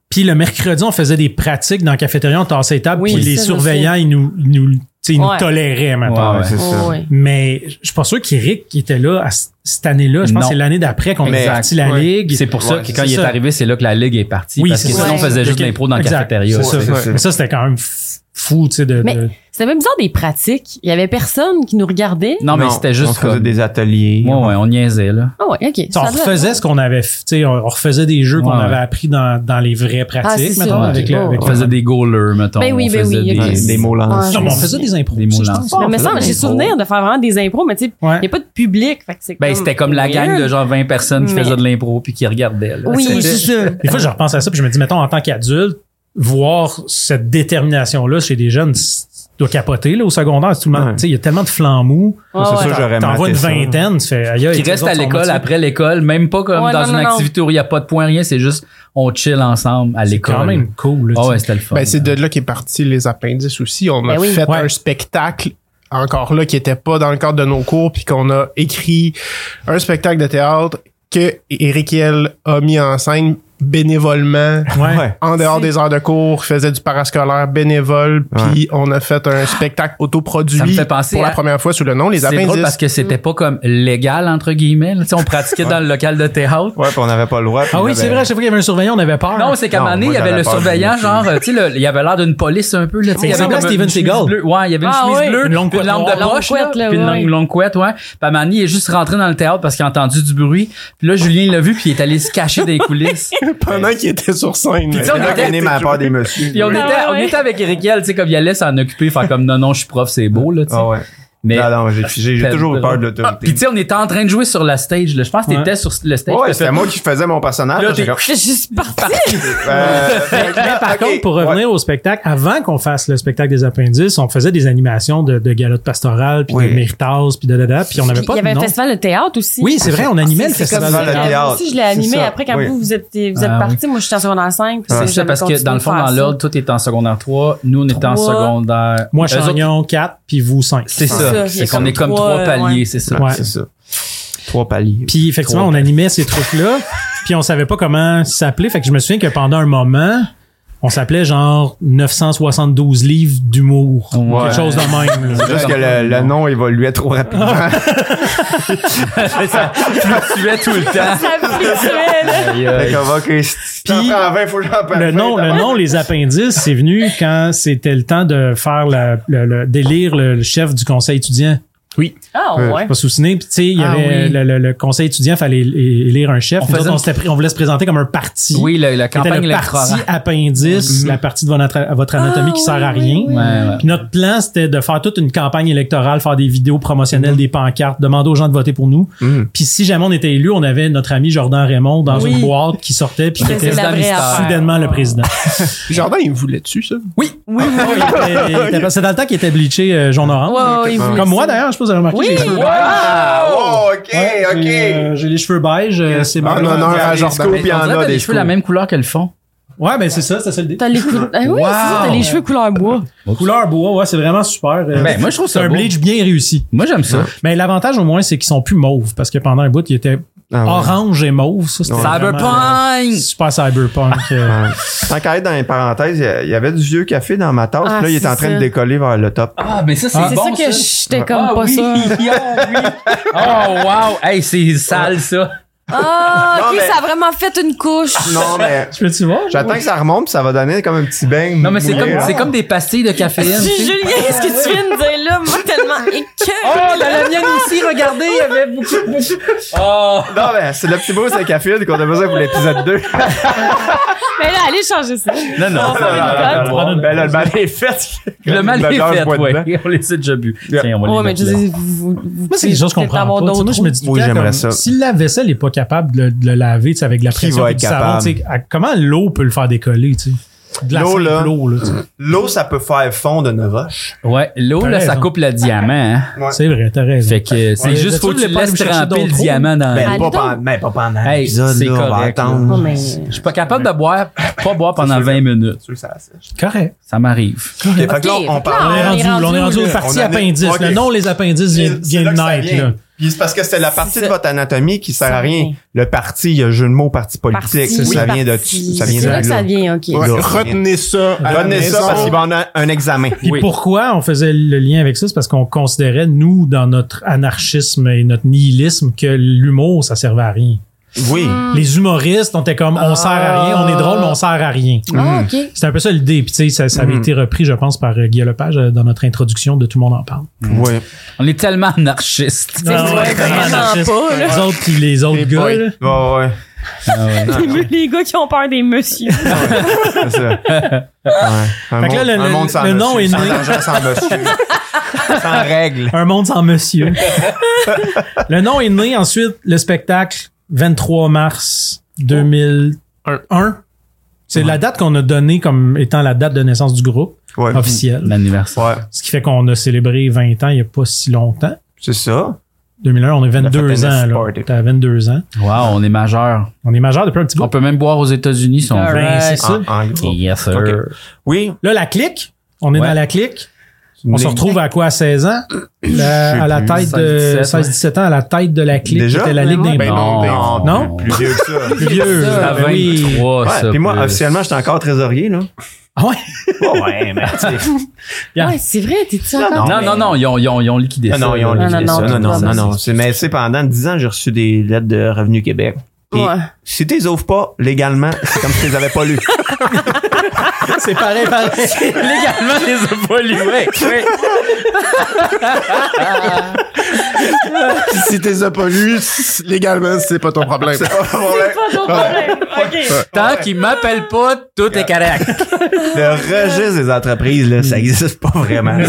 S1: Puis le mercredi, on faisait des pratiques dans la cafétéria, on tassait les tables,
S3: Oui,
S1: puis
S3: c'est
S1: les
S3: ça,
S1: surveillants, ils nous, ils nous, tu sais, ils nous
S3: Ouais.
S1: toléraient, mettons.
S2: Ouais,
S4: Ouais,
S2: ouais.
S4: c'est ça.
S3: Oh, ouais.
S1: Mais je suis pas sûr qu'Éric qui était là à c- cette année-là. Je pense
S2: Non.
S1: que c'est l'année d'après qu'on a
S4: Exact.
S1: parti la
S5: Ouais.
S1: ligue.
S2: C'est pour ça
S4: Ouais,
S2: que quand
S1: c'est
S2: il est
S1: ça.
S2: arrivé, c'est là que la ligue est partie.
S1: Oui,
S2: parce
S1: c'est
S2: que
S1: ça.
S2: sinon, on faisait
S1: Ouais.
S2: juste l'impro dans le
S1: Exact.
S2: cafétéria.
S1: C'est ça.
S4: Ouais, c'est ça.
S1: Mais ça, c'était quand même f- fou, tu sais, de,
S3: Mais-
S1: de-
S3: C'était même bizarre des pratiques. Il y avait personne qui nous regardait.
S2: Non, mais c'était
S4: on
S2: juste
S4: faisait
S2: comme.
S4: des ateliers.
S2: Ouais, ouais, on niaisait, là.
S3: Ah ouais, ok.
S1: on refaisait ce qu'on avait, f- tu sais, on on refaisait des jeux qu'on
S2: Ouais. Ah,
S1: avait appris dans, dans les vraies pratiques,
S3: c'est
S1: mettons,
S3: ça,
S1: avec
S3: ok.
S1: le, avec
S2: On
S1: le-
S2: faisait des goalers, mettons.
S3: Ben oui,
S2: on
S3: ben
S2: faisait
S3: oui,
S4: Ouais,
S3: ok.
S4: Des mots lancés.
S1: Non, mais Ah, on faisait des impros.
S2: Des
S1: tu sais,
S2: mots
S1: je pense.
S2: lancés.
S3: Mais il me semble,
S4: des
S3: j'ai
S4: impros.
S3: souvenir de faire vraiment des impros, mais tu sais,
S1: Ouais.
S3: il n'y a pas de public. Fait que c'est
S2: Ben,
S3: comme
S2: c'était comme la gang de
S3: weird.
S2: genre 20 personnes qui
S3: Mais-
S2: faisaient de l'impro puis qui regardaient. là.
S3: Oui,
S2: C'était-
S3: c'est ça.
S1: Des fois, je repense à ça, puis je me dis, mettons, en tant qu'adulte, voir cette détermination-là chez des jeunes, c- tu dois capoter, là, au secondaire. Tout le monde,
S4: Ouais.
S1: tu sais, il y a tellement de flancs mous.
S3: Ouais,
S4: C'est
S3: ouais.
S4: sûr, j'aurais
S1: T'en vois
S4: maté
S1: une
S4: ça.
S1: vingtaine, tu fais, aïe, aïe,
S2: qui
S1: les
S2: reste
S1: autres
S2: à
S1: sont
S2: l'école
S1: motivés.
S2: après l'école, même pas comme
S3: Ouais,
S2: dans
S3: non,
S2: une
S3: non, non.
S2: activité où il n'y a pas de point, rien, c'est juste on chill ensemble à
S1: C'est
S2: l'école.
S1: quand même cool, là,
S2: Ah
S1: tu
S2: ouais,
S1: sais.
S2: c'était le fun.
S5: Ben, c'est de là qu'est parti les appendices aussi. On a
S3: Ben oui.
S5: fait
S1: Ouais.
S5: un spectacle encore là qui était pas dans le cadre de nos cours puis qu'on a écrit un spectacle de théâtre que Eric Hiel a mis en scène bénévolement
S1: Ouais.
S4: Ouais.
S5: en dehors des heures de cours, faisait du parascolaire bénévole, puis on a fait un spectacle
S2: Ça me
S5: autoproduit
S2: fait penser
S5: pour la
S2: à-
S5: première fois sous le nom Les
S2: C'est drôle
S5: Appendices.
S2: parce que c'était pas comme légal, entre guillemets. là. Tu sais, on pratiquait dans le local de théâtre.
S4: Ouais, puis on n'avait pas le droit. puis
S1: Ah
S4: on
S1: oui,
S4: avait-
S1: c'est vrai, à chaque fois qu'il y avait un surveillant, on avait peur.
S2: Non, c'est qu'à un
S4: Non,
S2: moment donné, il
S4: moi,
S2: y avait
S4: j'avais
S2: le
S4: peur,
S2: surveillant,
S4: je me
S2: genre, euh, tu sais, le- il avait l'air d'une police un peu, là, tu sais.
S1: Il
S2: Il y avait
S1: ressemblait à
S2: comme
S1: Steven
S2: une chemise
S1: Seagal.
S2: bleue. Ouais, il y avait une
S3: Ah,
S2: chemise
S3: ouais.
S2: bleue,
S1: Une longue couette
S2: une lampe
S1: noire.
S2: de poche,
S3: Longue
S2: là,
S3: couette, là,
S2: puis une
S3: ouais.
S2: longue, longue couette, ouais. Puis à un moment donné, il est juste rentré dans le théâtre parce qu'il a entendu du bruit. Puis là, Julien l'a vu, puis il est allé se cacher dans les coulisses.
S5: Pendant qu'il était sur scène.
S2: Puis ça, on
S4: J'ai
S2: était-
S4: reconnu ma peur des messieurs. Ah
S2: Puis on,
S3: Ouais,
S2: était,
S3: ouais,
S2: on
S3: Ah ouais.
S2: était avec Eric Hiel, tu sais, comme il allait s'en occuper, faire comme non, non, je suis prof, c'est beau, là, tu sais.
S4: Ah ouais.
S2: Mais,
S4: Non, non, j'ai- j'ai j'ai toujours eu peur de
S2: Ah, puis tu
S4: l'autorité.
S2: sais, on était en train de jouer sur la stage, là. Je pense que t'étais sur le stage.
S4: Ouais,
S2: t'as
S4: c'était
S2: fait-
S4: moi qui faisais mon personnage.
S2: Là,
S4: j'ai
S2: t'es-
S4: comme-
S3: Je suis partie.
S4: Euh,
S1: Mais par
S4: ok,
S1: contre, pour
S4: ouais.
S1: revenir au spectacle, avant qu'on fasse le spectacle des appendices, on faisait des animations de, de galottes pastorales, puis
S4: Oui.
S1: de méritas, puis de dada, puis on n'avait
S3: Puis
S1: pas
S3: Il y
S1: de
S3: avait un
S1: nom.
S3: festival de théâtre aussi.
S1: Oui, c'est vrai, on animait le
S3: C'est
S1: festival
S3: comme
S1: de
S4: ça.
S1: théâtre.
S4: théâtre.
S3: Moi aussi, je l'ai
S4: C'est
S3: animé
S4: ça,
S3: après quand
S4: oui.
S3: vous, vous êtes, vous êtes
S2: Ah,
S3: partis. Moi, j'étais en secondaire 5.
S2: C'est ça, parce que dans le fond, dans l'ordre, tout est en secondaire 3. Nous, on était en
S3: Trois.
S2: secondaire.
S1: Moi,
S2: Eux autres,
S1: Chagnon, 4, puis vous, 5.
S2: C'est
S3: C'est ça,
S2: ça.
S3: il y a
S2: C'est qu'on
S3: comme
S2: est comme
S3: trois,
S2: trois
S3: euh,
S2: palier, c'est ça.
S1: Ouais.
S4: C'est ça. Trois paliers.
S1: Puis effectivement,
S4: Trop.
S1: on animait ces trucs-là, puis on savait pas comment s'appeler. Fait que je me souviens que pendant un moment, on s'appelait genre 972 livres d'humour.
S2: Ouais.
S1: Quelque chose de même. là.
S4: C'est juste que le, le nom évoluait trop rapidement.
S2: ça fluctuait tout le temps. Aïe,
S4: Fait
S2: aïe.
S4: qu'on va, ok, si
S1: Puis,
S4: t'en prends 20, faut que j'en prenne
S1: Le
S4: 20,
S1: nom, le nom, les appendices, c'est venu quand c'était le temps de faire la- le, le- d'élire le, le chef du conseil étudiant.
S3: Ah, ouais.
S1: Je me souviens, puis tu sais, il y
S2: Ah
S1: avait
S2: oui.
S1: le, le- le conseil étudiant, fallait é- élire un chef.
S2: On
S1: Nous autres,
S2: faisait
S1: on,
S2: une-
S1: s'était pris- on voulait se présenter comme un parti.
S2: Oui, la, la
S1: C'était
S2: campagne
S1: le parti
S2: électorale.
S1: appendice,
S4: Mhm.
S1: la partie de votre, votre anatomie
S3: Mm-hmm. Ah,
S1: qui sert à
S3: oui,
S1: rien.
S3: oui, oui.
S2: Ouais, ouais.
S1: Puis notre plan, c'était de faire toute une campagne électorale, faire des vidéos
S2: Mm-hmm.
S1: promotionnelles, des pancartes, demander aux gens de voter pour nous.
S4: Mhm.
S1: Puis si jamais on était élu, on avait notre ami Jordan Raymond dans
S3: Oui.
S1: une boîte qui sortait puis qui
S3: Ça,
S1: était
S3: C'est la vraie
S2: Mystère.
S3: affaire.
S1: soudainement le président.
S5: Jardin, il voulait dessus, ça.
S1: Oui, oui, il était- il était- C'est dans le temps qu'il était bleaché euh, jaune orange.
S3: Ouais, ouais, il voulait
S1: Comme moi
S3: ça.
S1: d'ailleurs, je pense que vous avez remarqué.
S3: Oui.
S1: j'ai les cheveux beiges.
S4: Ah, oh, ok,
S1: Ouais, j'ai,
S4: ok.
S1: euh, J'ai les cheveux beiges, euh, c'est
S5: Ah,
S1: bon.
S5: non, non,
S4: Il y a
S5: à
S4: des
S5: Jordan.
S4: scoops, il y
S2: Ben, On
S4: en
S2: dirait que
S4: a
S2: t'as les
S4: des
S2: cheveux la
S4: scoops.
S2: même couleur que le fond.
S1: Ouais, ben c'est ça, c'est ça le dé-
S3: T'as les cou- Ah oui, c'est ça, t'as
S2: Wow.
S3: les cheveux couleur bois.
S1: Couleur bois, ouais, c'est vraiment super. euh,
S2: Ben, moi, je trouve
S1: c'est
S2: ça
S1: un
S2: beau.
S1: bleach bien réussi.
S2: Moi, j'aime ça.
S1: Mais l'avantage au moins, c'est qu'ils sont plus mauves parce que pendant un bout, ils étaient
S4: Ah ouais.
S1: orange et mauve. Ça, c'était vraiment, euh,
S2: Cyberpunk!
S1: Super cyberpunk. euh.
S4: Ouais. Tant qu'à être dans les parenthèses, il y a- il y avait du vieux café dans ma tasse.
S3: Ah,
S4: puis là, il
S3: c'est
S4: est en train
S3: ça.
S4: de décoller vers le top.
S2: Ah, mais ça, c'est
S1: Ah,
S3: C'est
S2: bon,
S3: ça que j'étais comme
S2: Ah
S3: pas
S2: oui,
S3: sûre.
S2: oh, oui. Oh, wow. Hey, c'est sale, ça.
S3: Ah, ok,
S4: Non, mais- Ah,
S3: ça a vraiment fait une couche.
S4: Non, mais
S1: Tu peux-tu voir?
S4: j'attends que ça remonte, puis ça va donner comme un petit bain.
S2: Non, mais c'est comme, c'est
S4: c'est
S2: comme des pastilles de caféine. tu sais.
S3: Julien, est-ce que tu viens de dire là? Moi, tellement
S2: Oh,
S3: écoeurée.
S2: la, la mienne aussi, regardez, il y avait beaucoup, beaucoup. Oh,
S4: Non, mais c'est le petit bout de café qu'on a besoin pour l'épisode 2.
S3: Mais là, allez changer ça.
S2: non, non.
S3: va aller
S1: prendre une
S4: Ben Ah, là, le mal est fait.
S2: Le mal
S4: Le
S2: est
S4: beurre, je
S2: fait,
S4: bois dedans.
S2: ouais. On les a déjà bu.
S4: Yeah.
S2: Tiens, on va
S3: Ouais,
S2: les
S3: mais
S2: mettre
S3: je
S2: là.
S3: sais, vous, vous,
S1: Moi, c'est des choses qu'on prend pas. Tu sais, Moi, je me dis, tout
S4: Oui,
S1: le temps,
S4: j'aimerais
S1: comme,
S4: ça.
S1: si la vaisselle est pas capable de, le- de le laver, tu sais, avec de la pression
S4: va
S1: et
S4: être
S1: du savon,
S4: capable?
S1: tu sais, à- comment l'eau peut le faire décoller, tu sais? De la
S4: L'eau,
S1: simple
S4: là.
S1: eau, là, tu sais.
S4: L'eau, ça peut faire fondre une roche.
S2: Ouais, l'eau,
S1: T'as
S2: là, ça
S1: raison.
S2: coupe le diamant. hein.
S1: C'est vrai, t'as raison.
S2: Fait que c'est
S1: Ouais,
S2: juste,
S1: tu
S2: faut que tu
S1: voulais pas
S2: laisses
S1: aller chercher
S2: tremper le
S1: d'autres eaux?
S2: diamant dans
S4: Ben,
S3: Allez
S4: pas,
S3: donc.
S4: pen- ben, pas pendant
S2: Hey,
S4: l'épisode,
S2: c'est
S4: là, on va
S2: correct,
S3: Non,
S4: attendre.
S3: Oh, mais.
S2: Je suis pas capable de boire, pas boire pendant 20 minutes.
S4: Sûr que ça sèche.
S1: Correct.
S2: Ça m'arrive.
S4: Ok, fait que là,
S3: Ok,
S4: on
S3: fait que là,
S1: On
S4: parle.
S1: est rendu, où? on est rendu aux
S4: là.
S1: parties
S4: On en est-
S1: appendices.
S4: Ok.
S1: Le nom, les appendices vient,
S4: C'est
S1: vient de
S4: là que ça
S1: naître,
S4: vient.
S1: là.
S4: Puis c'est parce que c'était la partie
S3: C'est
S4: de
S3: ça.
S4: votre anatomie qui sert à rien.
S3: Ça.
S4: Le parti, il y a jeu de mots, parti politique.
S3: Parti,
S4: ça, ça
S3: oui,
S4: vient de,
S3: parti.
S4: ça vient
S3: C'est là que
S4: de
S3: ça
S4: là.
S3: vient, ok.
S5: Ouais,
S4: Là,
S5: retenez ça. à la
S4: Retenez ça
S5: maison.
S4: parce qu'il va en avoir un examen.
S1: Puis
S2: Oui.
S1: pourquoi on faisait le lien avec ça? C'est parce qu'on considérait, nous, dans notre anarchisme et notre nihilisme, que l'humour, ça servait à rien.
S4: Oui.
S1: Les humoristes, on était comme, on sert à rien, on est drôle, mais on sert à rien.
S3: Ah, OK.
S1: C'est un peu ça l'idée. Puis, tu sais, ça, ça avait
S4: Mm.
S1: été repris, je pense, par euh, Guy Lepage euh, dans notre introduction de Tout le monde en parle.
S3: Hmm.
S4: Ouais.
S2: On est tellement anarchistes.
S1: Ah ouais,
S3: vrai,
S1: vraiment
S3: vraiment
S1: anarchiste.
S3: pas, là.
S1: Les autres, puis les autres
S5: Les
S1: gars,
S5: boys.
S1: là.
S4: Ouais, ouais.
S2: Ah
S3: Les, les gars qui ont peur des messieurs.
S4: C'est ça. Ouais. Un,
S1: Fait que là,
S4: monde-
S1: le-
S4: un
S1: le-
S4: monde sans
S1: le nom
S4: monsieur,
S1: est né.
S4: Sans argent, sans monsieur. sans règles.
S1: Un monde sans monsieur. le nom est né ensuite, le spectacle, 23 mars 2001. C'est la date qu'on a donnée comme étant la date de naissance du groupe
S4: Ouais.
S1: officielle.
S2: L'anniversaire.
S4: Ouais.
S1: Ce qui fait qu'on a célébré 20 ans il n'y a pas si longtemps.
S4: C'est ça.
S1: 2001, on a
S4: On a
S1: 22
S4: fait un
S1: ans. Là.
S4: nice party.
S1: T'as 22 ans.
S2: Wow, on est majeur.
S1: On est majeur depuis un petit bout.
S2: On peut même boire aux États-Unis si on
S1: Ben,
S2: veut.
S1: c'est ça.
S4: En, en gros.
S2: Yes, sir.
S4: Ok. Oui.
S1: Là, la clique. On est
S2: Ouais.
S1: dans la clique. On se retrouve à quoi, à 16 ans? La-
S4: sais
S1: à la
S4: plus.
S1: tête de
S2: 16-17,
S1: 16-17 ans, à la tête de la clique.
S4: Déjà?
S1: C'était la Ligue
S3: Ben
S1: des
S5: Ben non, ben
S4: non.
S1: Non?
S4: Plus vieux que ça.
S1: Plus vieux.
S2: C'est à
S1: Ben oui.
S2: 23, ça.
S4: Ouais, puis moi,
S2: plus.
S4: officiellement, j'étais encore trésorier, là.
S1: Ah ouais?
S4: ouais, mais
S1: Yeah.
S3: Ouais, c'est vrai, t'es-tu encore...
S4: Non,
S2: Non,
S4: mais-
S2: non, non, ils ont, ils ont, Ah ils ont liquidé
S4: Ah
S2: ça.
S4: Non, non, ils ont
S3: Non,
S4: liquidé
S3: non, non,
S4: ça. Non, non,
S3: non,
S4: non,
S3: non,
S4: non. C'est- Mais c'est pendant 10 ans, j'ai reçu des lettres de Revenu Québec. Et
S3: Ouais.
S4: si tu les ouvres pas légalement, c'est comme si tu les avais pas lues.
S1: C'est pareil, pareil.
S4: Ben
S2: Légalement, ils les ont pas loués.
S5: si t'es as pas lu, c- légalement, c'est pas ton problème.
S3: C'est pas ton problème. OK.
S2: Tant qu'ils m'appellent pas, tout est correct.
S4: Le registre des entreprises, là, ça existe pas vraiment.
S5: Non,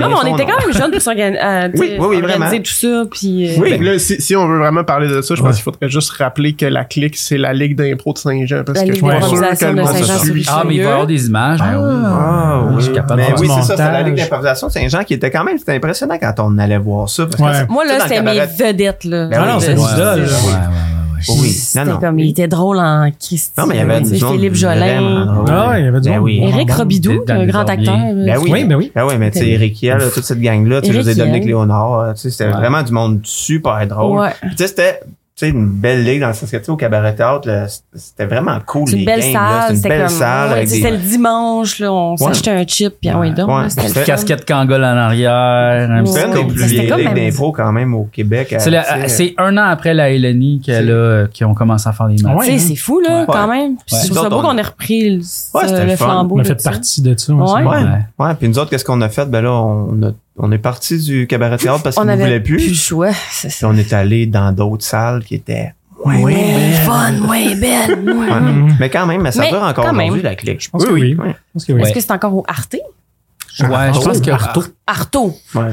S3: Non, mais on était quand même jeunes pour euh, s'organiser
S4: Oui, oui, oui, vraiment.
S3: tout ça. Puis, euh,
S4: Oui.
S5: Fait que là, si, si on veut vraiment parler de ça, je pense
S4: Ouais.
S5: qu'il faudrait juste rappeler que la clique, c'est la Ligue d'impro de Saint-Jean. Parce
S3: La
S5: que
S3: Ligue
S5: je suis sûr
S3: d'improvisation
S5: que le
S3: de
S5: monde
S4: Saint-Jean
S5: se
S4: sur
S5: suit.
S2: Ah, mais il va y avoir des images. Ben oui.
S4: Ah,
S2: Je suis
S4: oui.
S2: capable de
S4: Mais
S2: faire
S4: oui,
S1: du
S4: c'est ça, c'est la
S1: montage.
S4: Ligue d'improvisation de Saint-Jean qui était quand même, c'était impressionnant quand on allait voir ça. Parce que
S1: Ouais.
S4: ça-
S3: Moi,
S4: tu sais,
S3: là,
S4: dans le
S3: c'était mes
S4: cabaret-
S3: vedettes, là.
S4: Ben oui,
S1: Ah non, c'est
S4: Ouais,
S1: des
S4: ouais,
S1: idoles,
S4: ouais,
S1: là.
S4: ouais. Oui, non,
S3: C'était
S4: non.
S3: comme, il était drôle en Christie.
S4: Non, mais il y avait
S3: Tu sais,
S4: du monde
S3: Philippe Jolin.
S4: vraiment drôle.
S1: Ah ouais, il y avait du
S4: Ben
S1: monde.
S4: oui.
S1: Eric
S3: Éric Robidoux,
S2: Dans
S3: un
S2: les
S3: grand
S2: orbiers.
S3: acteur.
S4: Ben oui.
S1: Oui, ben oui.
S4: Ah ouais, mais tu sais, Eric Hiel, là, toute cette gang-là, tu sais,
S3: Éric
S4: José Dominique
S3: Hiel.
S4: Léonard, euh, tu sais, c'était
S2: Ouais.
S4: vraiment du monde super drôle.
S3: Ouais.
S4: Puis Tu sais, c'était, tu sais, une belle ligue dans le sens que, tu sais, au cabaret théâtre, là, c'était vraiment cool.
S3: C'est une
S4: les
S3: belle
S4: games, là.
S3: salle.
S4: C'est une
S3: C'était
S4: belle
S3: comme,
S4: salle.
S3: ouais,
S4: avec
S3: C'était le
S4: des...
S3: dimanche, là. On s'achetait un chip, puis ouais, donc,
S4: Ouais.
S3: là, c'était le
S4: C'était-
S3: fun.
S2: Casquette Kangol en arrière. un
S3: Ouais.
S2: petit
S4: C'est une des
S2: côte.
S4: plus
S3: C'était
S4: vieilles
S3: comme
S4: ligues
S3: la musique.
S4: d'impro quand même au Québec.
S2: C'est
S4: tu sais.
S2: la- C'est un an après la LNI qu'elle a- qu'ils ont commencé à faire des matchs.
S1: Ouais,
S3: Tu sais,
S1: hein.
S3: c'est fou, là,
S4: Ouais.
S3: quand même. Puis
S4: Ouais.
S3: Je trouve ça
S4: Nous
S3: beau
S4: autres, on-
S3: qu'on ait repris le,
S4: Ouais, c'était
S3: le
S4: le fun.
S3: flambeau.
S1: On a
S3: de
S1: fait
S3: ça.
S1: partie de ça aussi.
S3: Ouais.
S4: Ouais.
S2: Ouais.
S4: Ouais. Puis nous autres, qu'est-ce qu'on a fait? Ben là, on, a- on est parti du cabaret théâtre parce qu'on
S3: On
S4: ne
S3: avait
S4: voulait
S3: plus le
S4: plus.
S3: choix. C'est
S4: Puis
S3: ça.
S4: on est allé dans d'autres salles qui étaient moins
S3: Ouais,
S4: belles.
S3: fun, ouais, belle. ouais.
S4: Ouais. Mais quand même, mais ça
S3: Mais
S4: dure encore
S3: quand même.
S4: aujourd'hui, la clique.
S1: Mhm. Je pense que oui.
S4: Ouais.
S1: Je pense que
S3: Est-ce
S1: oui.
S3: que c'est encore au Arte?
S2: Ouais, je pense que
S1: Arto.
S3: Arto.
S4: Ouais.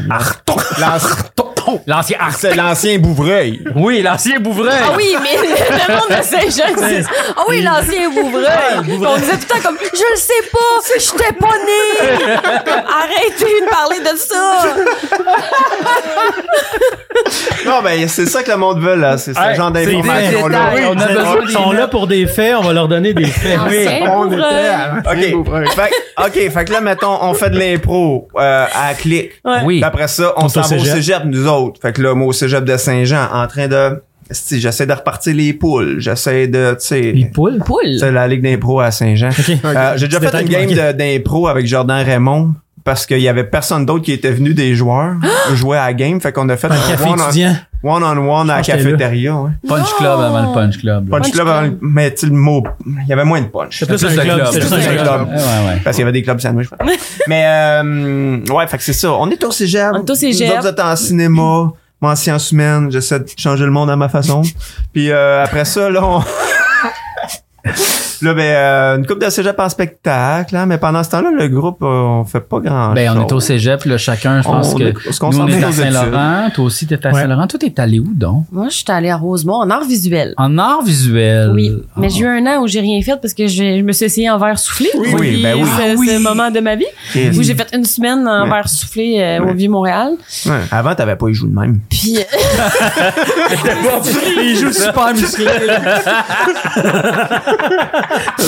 S2: L'ancien Arte.
S4: C'est l'ancien Bouvreuil.
S2: Oui, l'ancien Bouvreuil.
S3: Ah oui, mais le monde de Saint-Jean existe. Ah oui, l'ancien
S4: Ah,
S3: Bouvreuil. On disait tout le temps comme, je le sais pas, j'étais pas né. Arrêtez de parler de ça.
S4: Non, ben, c'est ça que le monde veut, là. C'est ce
S2: Hey,
S4: genre
S2: c'est des
S4: d'information.
S2: détails.
S4: là.
S2: On a besoin
S1: Ils
S2: des
S1: sont là
S2: notes.
S1: pour des faits, on va leur donner des faits.
S3: Ancien
S5: On était
S3: Bouvreuil.
S5: à la
S4: OK. Fait, que- OK. Fait que là, mettons, on fait de l'impro euh, à clic.
S3: Ouais.
S2: Oui.
S4: Puis après ça, on
S1: Tout
S4: s'en
S1: au
S4: va au
S1: cégep.
S4: cégep, nous autres. Fait que là, moi, au cégep de Saint-Jean, en train de... si, J'essaie de repartir les poules. J'essaie de, tu sais...
S1: Les poules.
S3: Poule.
S4: C'est la Ligue d'impro à Saint-Jean. Euh, J'ai déjà
S1: Petit
S4: fait une
S1: détail
S4: game de- d'impro avec Jordan Raymond parce qu'il y avait personne d'autre qui était venu des joueurs jouer à la game. Fait qu'on a fait
S1: Un café
S4: one-on-
S1: étudiant.
S4: one-on-one à la
S1: pense que j'étais là.
S4: cafétéria. ouais.
S2: Punch Club avant le Punch Club. là.
S4: Punch
S3: Punch
S4: Club,
S3: Club.
S4: avant- mais tu sais, le mot, il y avait moins de punch.
S1: C'est plus
S2: Plus
S1: un
S2: le
S1: club.
S2: club.
S1: C'est plus
S4: Plus
S1: un
S4: un
S1: club.
S4: club.
S2: Ouais, ouais, ouais.
S4: Parce qu'il y avait des clubs sandwich. mais euh, ouais, fait que c'est ça. On est au cégep.
S3: On est au cégep.
S4: Nous autres, vous êtes en cinéma. Moi, en sciences humaines, j'essaie de changer le monde à ma façon. Puis euh, après ça, là, on... Là, ben, euh, une coupe de cégep en spectacle, hein, mais pendant ce temps-là, le groupe, euh, on fait pas grand-chose.
S2: Ben, on est au cégep, là, chacun, je pense
S4: On
S2: que.
S4: est- on se
S2: nous,
S4: concentre
S2: on est
S4: sur
S2: à
S4: nos
S2: Saint-Laurent. Toi aussi, t'es à
S1: Ouais.
S2: Saint-Laurent. Toi, t'es allé où, donc?
S3: Moi, je suis allée à Rosemont en art visuel.
S2: En art visuel.
S3: Oui, mais j'ai
S2: Ah.
S3: eu un an où j'ai rien fait parce que je, je me suis essayé en verre soufflé.
S4: Oui, oui,
S3: Puis
S4: ben oui.
S3: C'est
S2: Ah oui.
S3: c'est le moment de ma vie
S4: Yes.
S3: où j'ai fait une semaine en
S4: Ouais.
S3: verre soufflé euh,
S4: Ouais.
S3: au Vieux-Montréal.
S4: Ouais. Avant, t'avais pas eu joué de même.
S3: Puis, euh,
S2: Ah,
S1: Les joues super musclés.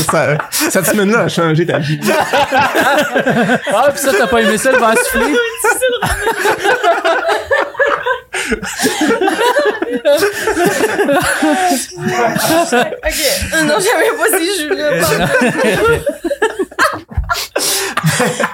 S5: Ça- cette semaine-là a changé ta vie.
S2: Ah, pis ça, t'as pas aimé ça, le verre soufflé?
S3: OK, Euh, non, je savais pas si je voulais pas.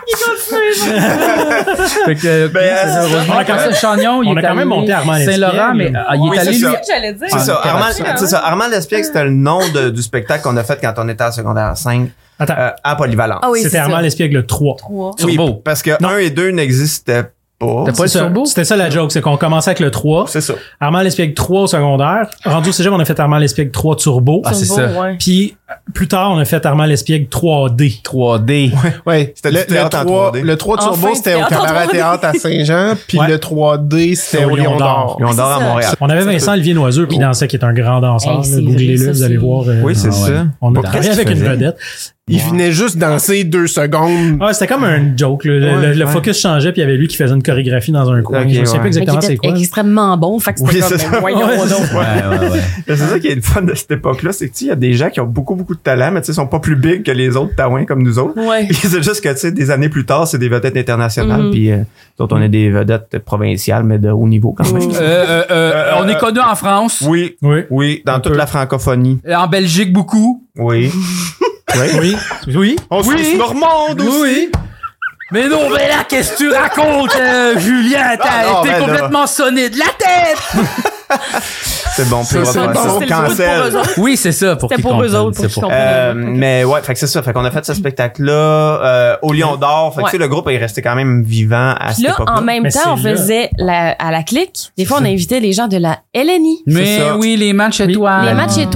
S3: Il continue,
S2: Fait que, euh,
S4: Ben,
S2: c'est ça,
S4: euh,
S2: heureusement.
S1: on a quand
S2: Après ça, Chagnon, il
S1: on a
S2: est
S1: quand même
S2: allé
S1: monté Armand Lespierre,
S2: Saint-Laurent, mais
S1: là.
S2: ah, il est
S4: Oui,
S2: allé,
S4: c'est
S2: lui,
S4: ça.
S3: C'est ça que j'allais dire.
S4: C'est ça.
S2: Ah,
S4: Armand,
S3: c'est vrai.
S4: c'est ça. Armand Lespiec, c'était le nom de- du spectacle qu'on a fait quand on était en secondaire 5
S1: Attends,
S4: euh, à Polyvalent.
S3: Ah oui, c'est
S1: c'était
S3: ça.
S1: Armand Lespiègle le 3.
S3: Trois.
S4: oui,
S2: Turbo.
S4: parce que
S1: Non.
S4: 1 et 2 n'existaient pas.
S2: T'as pas
S1: C'est
S2: le
S1: ça.
S2: turbo?
S1: C'était ça la joke, c'est qu'on commençait avec le 3.
S4: C'est ça.
S1: Armand Lespiègle 3 au secondaire. Rendu au cégep, on a fait Armand Lespiègle 3 turbo.
S2: Ah, c'est
S3: Turbo,
S2: ça.
S3: ouais.
S1: Puis euh, plus tard, on a fait Armand Lespiègle 3D.
S2: 3D.
S5: Ouais.
S4: C'était du
S5: le, le,
S4: théâtre en
S5: 3,
S4: 3D.
S5: le 3
S3: Enfin,
S5: Turbo,
S3: du
S5: c'était au
S3: théâtre en
S5: Cabaret
S3: 3D.
S5: Théâtre à Saint-Jean, puis
S1: Ouais.
S5: le 3D, c'était au Lion d'Or.
S4: Puis on dort à
S3: c'est ça.
S4: Montréal.
S1: On avait Vincent Olivier Noiseux qui dansait, qui est un grand danseur.
S3: Hey,
S1: là.
S3: c'est
S1: Googlez-le,
S3: vrai, ça,
S1: vous allez
S3: c'est-
S1: voir. euh,
S4: Oui,
S2: Ah
S4: c'est
S2: ouais.
S4: ça.
S1: On a
S4: Qu'est-ce
S1: travaillé
S4: qu'il
S1: avec une
S4: faisait?
S1: vedette.
S5: Il venait juste danser deux secondes.
S1: Ah, c'était comme un joke. là. Le,
S4: Ouais,
S1: le- le
S4: ouais.
S1: focus changeait, puis il y avait lui qui faisait une chorégraphie dans un coin.
S4: Ok,
S1: je ne sais
S4: ouais.
S1: pas exactement
S3: Mais qui
S1: c'est
S3: était
S1: quoi.
S3: extrêmement bon. Fait que c'était
S4: Oui,
S3: comme,
S4: c'est ça.
S3: ben, voyons
S1: Ouais, c'est
S3: donc.
S2: Ouais, ouais, ouais.
S4: C'est ça qui est le fun de cette époque-là, c'est que tu sais, il y a des gens qui ont beaucoup, beaucoup de talent, mais tu sais, ils sont pas plus big que les autres taouins comme nous autres.
S3: Ouais.
S4: C'est juste que tu sais, des années plus tard, c'est des vedettes internationales,
S3: Mhm.
S4: puis euh, nous autres, on est des vedettes provinciales, mais de haut niveau quand même.
S2: Euh, euh, euh, on est connu en France,
S4: Oui,
S1: Oui.
S4: oui, dans toute la francophonie.
S2: en Belgique beaucoup.
S4: Oui.
S1: Oui. Oui.
S4: On se
S2: Oui.
S4: trouve normande aussi.
S2: Oui. Mais non, mais là, qu'est-ce que tu racontes, euh, Julien?
S4: Ah,
S2: T'as
S4: non,
S2: été
S4: ben là.
S2: complètement sonné de la tête!
S4: C'est bon, plus
S2: Ça, c'est
S4: on
S2: bon.
S4: on
S3: C'était le foot
S4: cancelle.
S3: pour eux autres.
S2: Oui, c'est ça, pour
S3: C'était
S2: qu'ils
S3: pour eux
S2: comprennent,
S3: autres, pour
S2: c'est
S3: qu'ils
S2: pour-
S4: Euh,
S3: comprennent.
S4: mais ouais, fait que c'est ça. Fait qu'on a fait ce spectacle-là euh, au Lion d'Or. Fait que
S3: Ouais.
S4: tu sais, le groupe est resté quand même vivant à
S3: Puis
S4: cette
S3: là,
S4: époque-là.
S3: en même
S1: Mais
S3: temps, on
S1: c'est là.
S3: faisait la, à la clique. Des fois, on invitait les gens de la LNI.
S4: C'est
S2: Mais
S4: ça.
S2: oui, les matchs chez
S1: Oui.
S2: toi.
S3: Les matchs
S4: Ouais, c'est ça. Ben,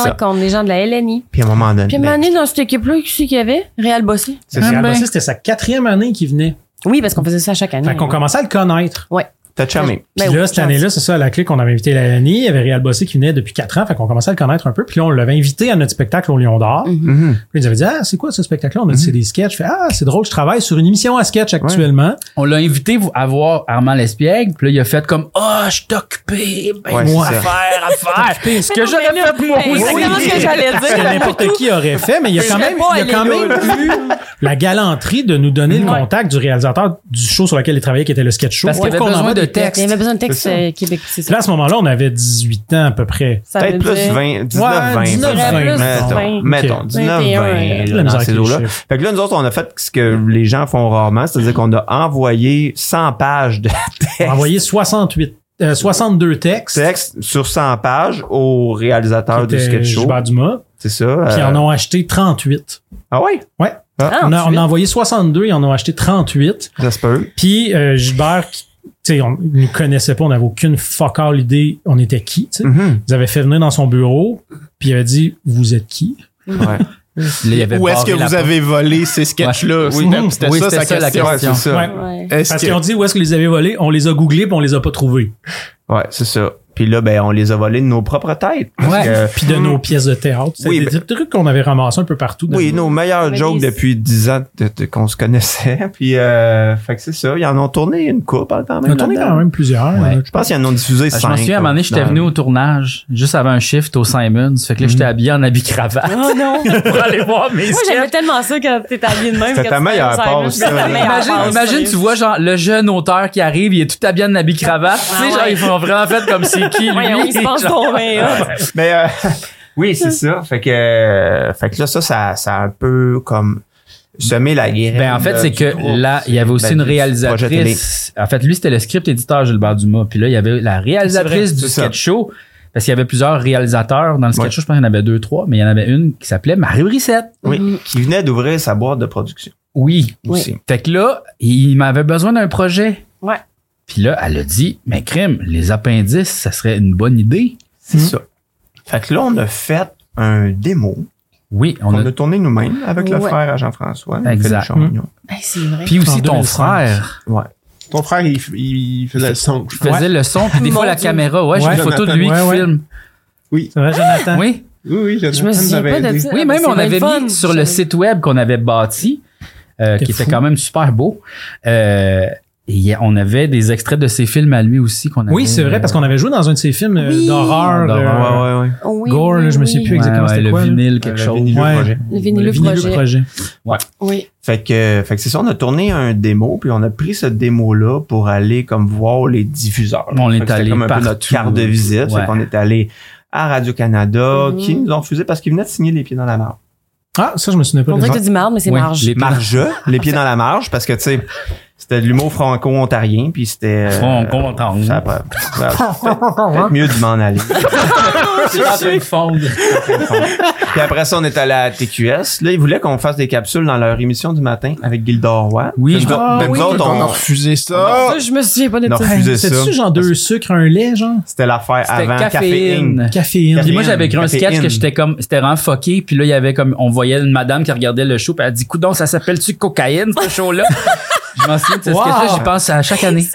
S3: étoiles contre les gens de la LNI.
S4: Puis à un moment donné,
S3: Puis à un moment donné, dans cette équipe-là, qui c'est qu'il y avait? Réal Bossé.
S1: C'est
S2: Ah
S1: Pierre
S2: ben.
S1: Bossé, C'était sa quatrième année qu'il venait.
S3: Oui, parce qu'on faisait ça chaque année.
S1: Fait qu'on commençait à le connaître.
S4: t'as chamé.
S1: Puis
S3: Ben
S1: là,
S3: oui,
S1: cette année-là, c'est ça, à la clé qu'on avait invité la Annie. Il y avait Réal Bossé qui venait depuis quatre ans. Fait qu'on commençait à le connaître un peu. Puis là, on l'avait invité à notre spectacle au Lion d'Or.
S3: Mhm.
S4: Mhm.
S1: Puis ils avaient dit, ah, c'est quoi ce spectacle-là? On a dit, c'est des sketchs. Je fais, ah, c'est drôle, je travaille sur une émission à sketch actuellement.
S2: On l'a invité à voir Armand Lespiègle, puis là, il a fait comme Ah, je suis occupé, ben
S4: Ouais,
S2: moi,
S4: c'est
S2: à
S4: ça.
S2: faire, à faire. Ce
S3: Mais
S2: que
S3: non,
S2: j'aurais
S3: mais là,
S2: fait moi
S3: ben, exactement
S2: aussi.
S3: ce que j'allais
S1: que
S3: dire.
S1: n'importe qui aurait fait, mais il y a
S3: Je
S1: quand
S3: serais
S1: même,
S3: pas
S1: il y a quand
S3: allé
S1: même eu la galanterie de nous donner le contact du réalisateur du show sur lequel il travaillait, qui était le sketch show.
S2: Parce
S1: Pour
S2: qu'il avait
S1: qu'on
S2: besoin
S1: envoie des
S2: de texte.
S3: Il y avait besoin de texte
S4: C'est ça.
S3: euh, Québec, c'est
S1: Puis Là, à
S3: ça.
S1: ce moment-là, on avait 18 ans à peu près.
S3: Ça
S4: Peut-être
S3: veut
S4: plus
S3: dire-
S4: 20, 19,
S1: Ouais,
S4: 20.
S1: 19,
S3: vingt.
S4: Mettons,
S3: Ouais.
S4: mettons,
S1: Ok.
S4: 19, 20.
S3: 21,
S1: La
S4: là,
S1: misère
S4: dans
S1: avec
S4: ces
S1: les
S4: eaux-là.
S1: chiffres.
S4: Fait que là, nous autres, on a fait ce que les gens font rarement, c'est-à-dire qu'on a envoyé 100 pages de
S1: On a envoyé 68, euh, 62 textes.
S4: texte sur 100 pages au réalisateur du
S1: C'était
S4: sketch show.
S1: Gilbert Dumas.
S4: C'est ça.
S1: Puis ils
S4: euh,
S1: en ont acheté 38.
S4: Ah ouais?
S1: Ouais.
S4: Ah,
S1: On a, on a envoyé 62, ils en ont acheté 38.
S4: ça se peut.
S1: Puis euh, Gilbert, qui- tu sais, on il nous connaissait pas, on n'avait aucune focale idée, on était qui, tu sais.
S4: Mhm.
S1: Ils avaient fait venir dans son bureau, puis il avait dit, vous êtes qui?
S4: Ouais.
S2: Là, il avait
S5: Où est-ce
S2: barré
S5: que
S2: la
S5: vous
S2: porte.
S5: avez volé ces sketchs-là?
S1: Oui.
S5: C'était- C'était
S2: Oui,
S5: ça,
S2: c'était
S5: sa
S2: ça, la
S5: question.
S4: Ouais, c'est ça.
S1: Ouais.
S3: Ouais.
S5: Est-ce
S1: Parce
S5: que-
S1: qu'ils ont dit où est-ce qu'ils les avaient volés, on les a googlés puis on les a pas trouvés.
S4: Ouais, c'est ça. Puis là, ben, on les a volés de nos propres têtes. Parce
S2: Ouais.
S4: que-
S1: Puis de nos pièces de théâtre. C'est
S4: Euh, Oui,
S1: des,
S4: ben-
S1: des trucs qu'on avait ramassés un peu partout. dans
S4: oui,
S1: le-
S4: nos meilleurs
S3: Mais
S4: jokes
S3: des-
S4: depuis 10 ans de- de- qu'on se connaissait. Puis, euh, fait que c'est ça. Ils en ont tourné une coupe hein, quand
S1: On
S4: même.
S1: a tourné
S4: là-dedans.
S1: quand même plusieurs.
S2: Ouais.
S4: Je pense qu'ils en ont diffusé
S2: Ah,
S4: 5.
S2: Je me souviens, à un moment donné, j'étais venu au tournage, juste avant un shift au Simons. Fait que là, j'étais habillé en habit cravate.
S3: Oh non!
S2: pour aller voir mes
S3: Moi, j'aimais tellement ça quand t'es habillé de même.
S4: C'était
S3: quand
S4: ta
S3: tu
S4: meilleure
S3: fais un
S4: passe,
S3: Simon.
S4: ça.
S3: C'était ta meilleure
S2: Imagine,
S3: passe,
S2: imagine
S3: sérieux.
S2: tu vois, genre, le jeune auteur qui arrive, il est tout habillé en habit cravate.
S3: Ah
S2: tu sais, genre,
S3: ouais.
S2: ils font vraiment fait comme c'est qui, lui.
S3: Voyons, il se pense
S2: Genre,
S3: donc bien, hein.
S4: Mais, euh, oui, c'est ça. Fait que, euh, fait que là, ça, ça, ça a un peu comme semé la guerre.
S2: Ben, en fait, c'est que là, il y avait aussi
S4: Ben,
S2: une
S4: du projet télé.
S2: réalisatrice. En fait, lui, c'était le script éditeur Gilbert Dumas. Puis là, il y avait la réalisatrice
S4: C'est vrai,
S2: du
S4: c'est
S2: sketch show. Parce qu'il y avait plusieurs réalisateurs dans le sketch
S4: Ouais.
S2: show. Je pense qu'il y en avait deux, trois, mais il y en avait une qui s'appelait Marie Rissette.
S4: Oui, qui venait d'ouvrir sa boîte de production
S2: Oui.
S1: Mm-hmm.
S4: aussi.
S2: Fait que là, il m'avait besoin d'un projet.
S3: Ouais.
S2: Puis là, elle a dit, mais crime, les appendices, ça serait une bonne idée.
S4: C'est ça. Fait que là, on a fait un démo.
S2: Oui, on,
S4: On,
S2: a.
S4: a tourné nous-mêmes avec le
S3: Ouais.
S4: frère à Jean-François.
S2: Exact. Hmm.
S4: Félix Champignon.
S3: Ben, c'est vrai.
S2: Puis
S1: En
S2: aussi ton
S1: 2005.
S2: frère
S4: Ouais.
S5: Ton frère, il, f- il faisait le son. je pense.
S2: faisait le son, puis des
S3: Mon
S2: fois la
S3: Dieu.
S2: caméra. Ouais, j'ai
S5: Ouais.
S2: une photo de lui
S1: Ouais,
S2: qui
S1: ouais.
S2: filme.
S1: C'est vrai, Jonathan?
S2: Oui,
S5: Oui, oui,
S3: Je me souviens pas de ça.
S2: oui
S3: Ah,
S2: même
S3: c'est
S2: on
S3: bien
S2: avait
S3: fun.
S2: mis sur le site web qu'on avait bâti, euh,
S1: C'était
S2: qui était
S1: fou.
S2: quand même super beau. Euh, et on avait des extraits de ses films à lui aussi qu'on avait. euh,
S1: Oui, c'est vrai, parce qu'on avait joué dans un de ses films euh,
S3: Oui.
S1: d'horreur.
S2: Ah, D'horreur,
S1: euh,
S2: ouais,
S4: ouais.
S3: Oui,
S1: Gore,
S3: oui,
S1: là, je me
S3: oui.
S1: sais plus
S2: Ouais,
S1: exactement
S2: ouais,
S1: c'était
S2: le
S1: quoi. là.
S2: vinyle, quelque
S4: Euh, Le
S2: chose.
S4: vinyle.
S1: Ouais.
S4: projet.
S3: Le vinyle
S1: Le vinyle
S3: projet.
S1: projet.
S3: Oui.
S4: Fait que, fait que c'est ça, on a tourné un démo, puis on a pris ce démo-là pour aller comme voir les diffuseurs.
S2: On est
S4: Fait que c'était
S2: allé
S4: comme un
S2: partout.
S4: peu notre carte de visite.
S2: Ouais.
S4: Fait qu'on est allé à Radio-Canada,
S3: Mhm.
S4: qui nous ont refusé parce qu'ils venaient de signer les pieds dans la mare.
S1: Ah, ça, je me souviens pas.
S3: On dirait que tu dis marde, mais c'est
S2: Ouais,
S3: marge.
S2: les-
S4: Marge, les pieds dans la marge, parce que, tu sais, c'était de l'humour franco-ontarien, puis c'était... euh,
S2: On comprend.
S4: ça a pas- ça a peut-être mieux de m'en aller.
S2: C'est en train de fondre.
S4: Puis après ça, on est allé à la TQS. Là, ils voulaient qu'on fasse des capsules dans leur émission du matin avec Gildor Roy.
S2: Oui,
S4: Puis
S2: je-
S4: nous autres-
S1: Ah
S4: puis nous
S1: oui.
S4: autres,
S5: Ben, On a
S4: on-
S5: refusé ça.
S3: Ça, je me souviens pas de
S4: Non.
S3: ça.
S1: Hey,
S4: Refusez ça.
S1: C'était-tu genre deux sucres, un lait, genre?
S4: c'était l'affaire
S2: C'était
S4: avant Café
S2: caféine.
S4: Inc.
S1: Caféine.
S2: Puis moi,
S4: Caféine,
S2: j'avais écrit un sketch
S4: caféine.
S2: que j'étais comme, c'était vraiment fucké. Puis là, il y avait comme, on voyait une madame qui regardait le show, puis elle dit, coudon, ça s'appelle-tu cocaïne, ce show-là? je m'en souviens de ce
S1: Wow.
S2: sketch-là, j'y pense à chaque année.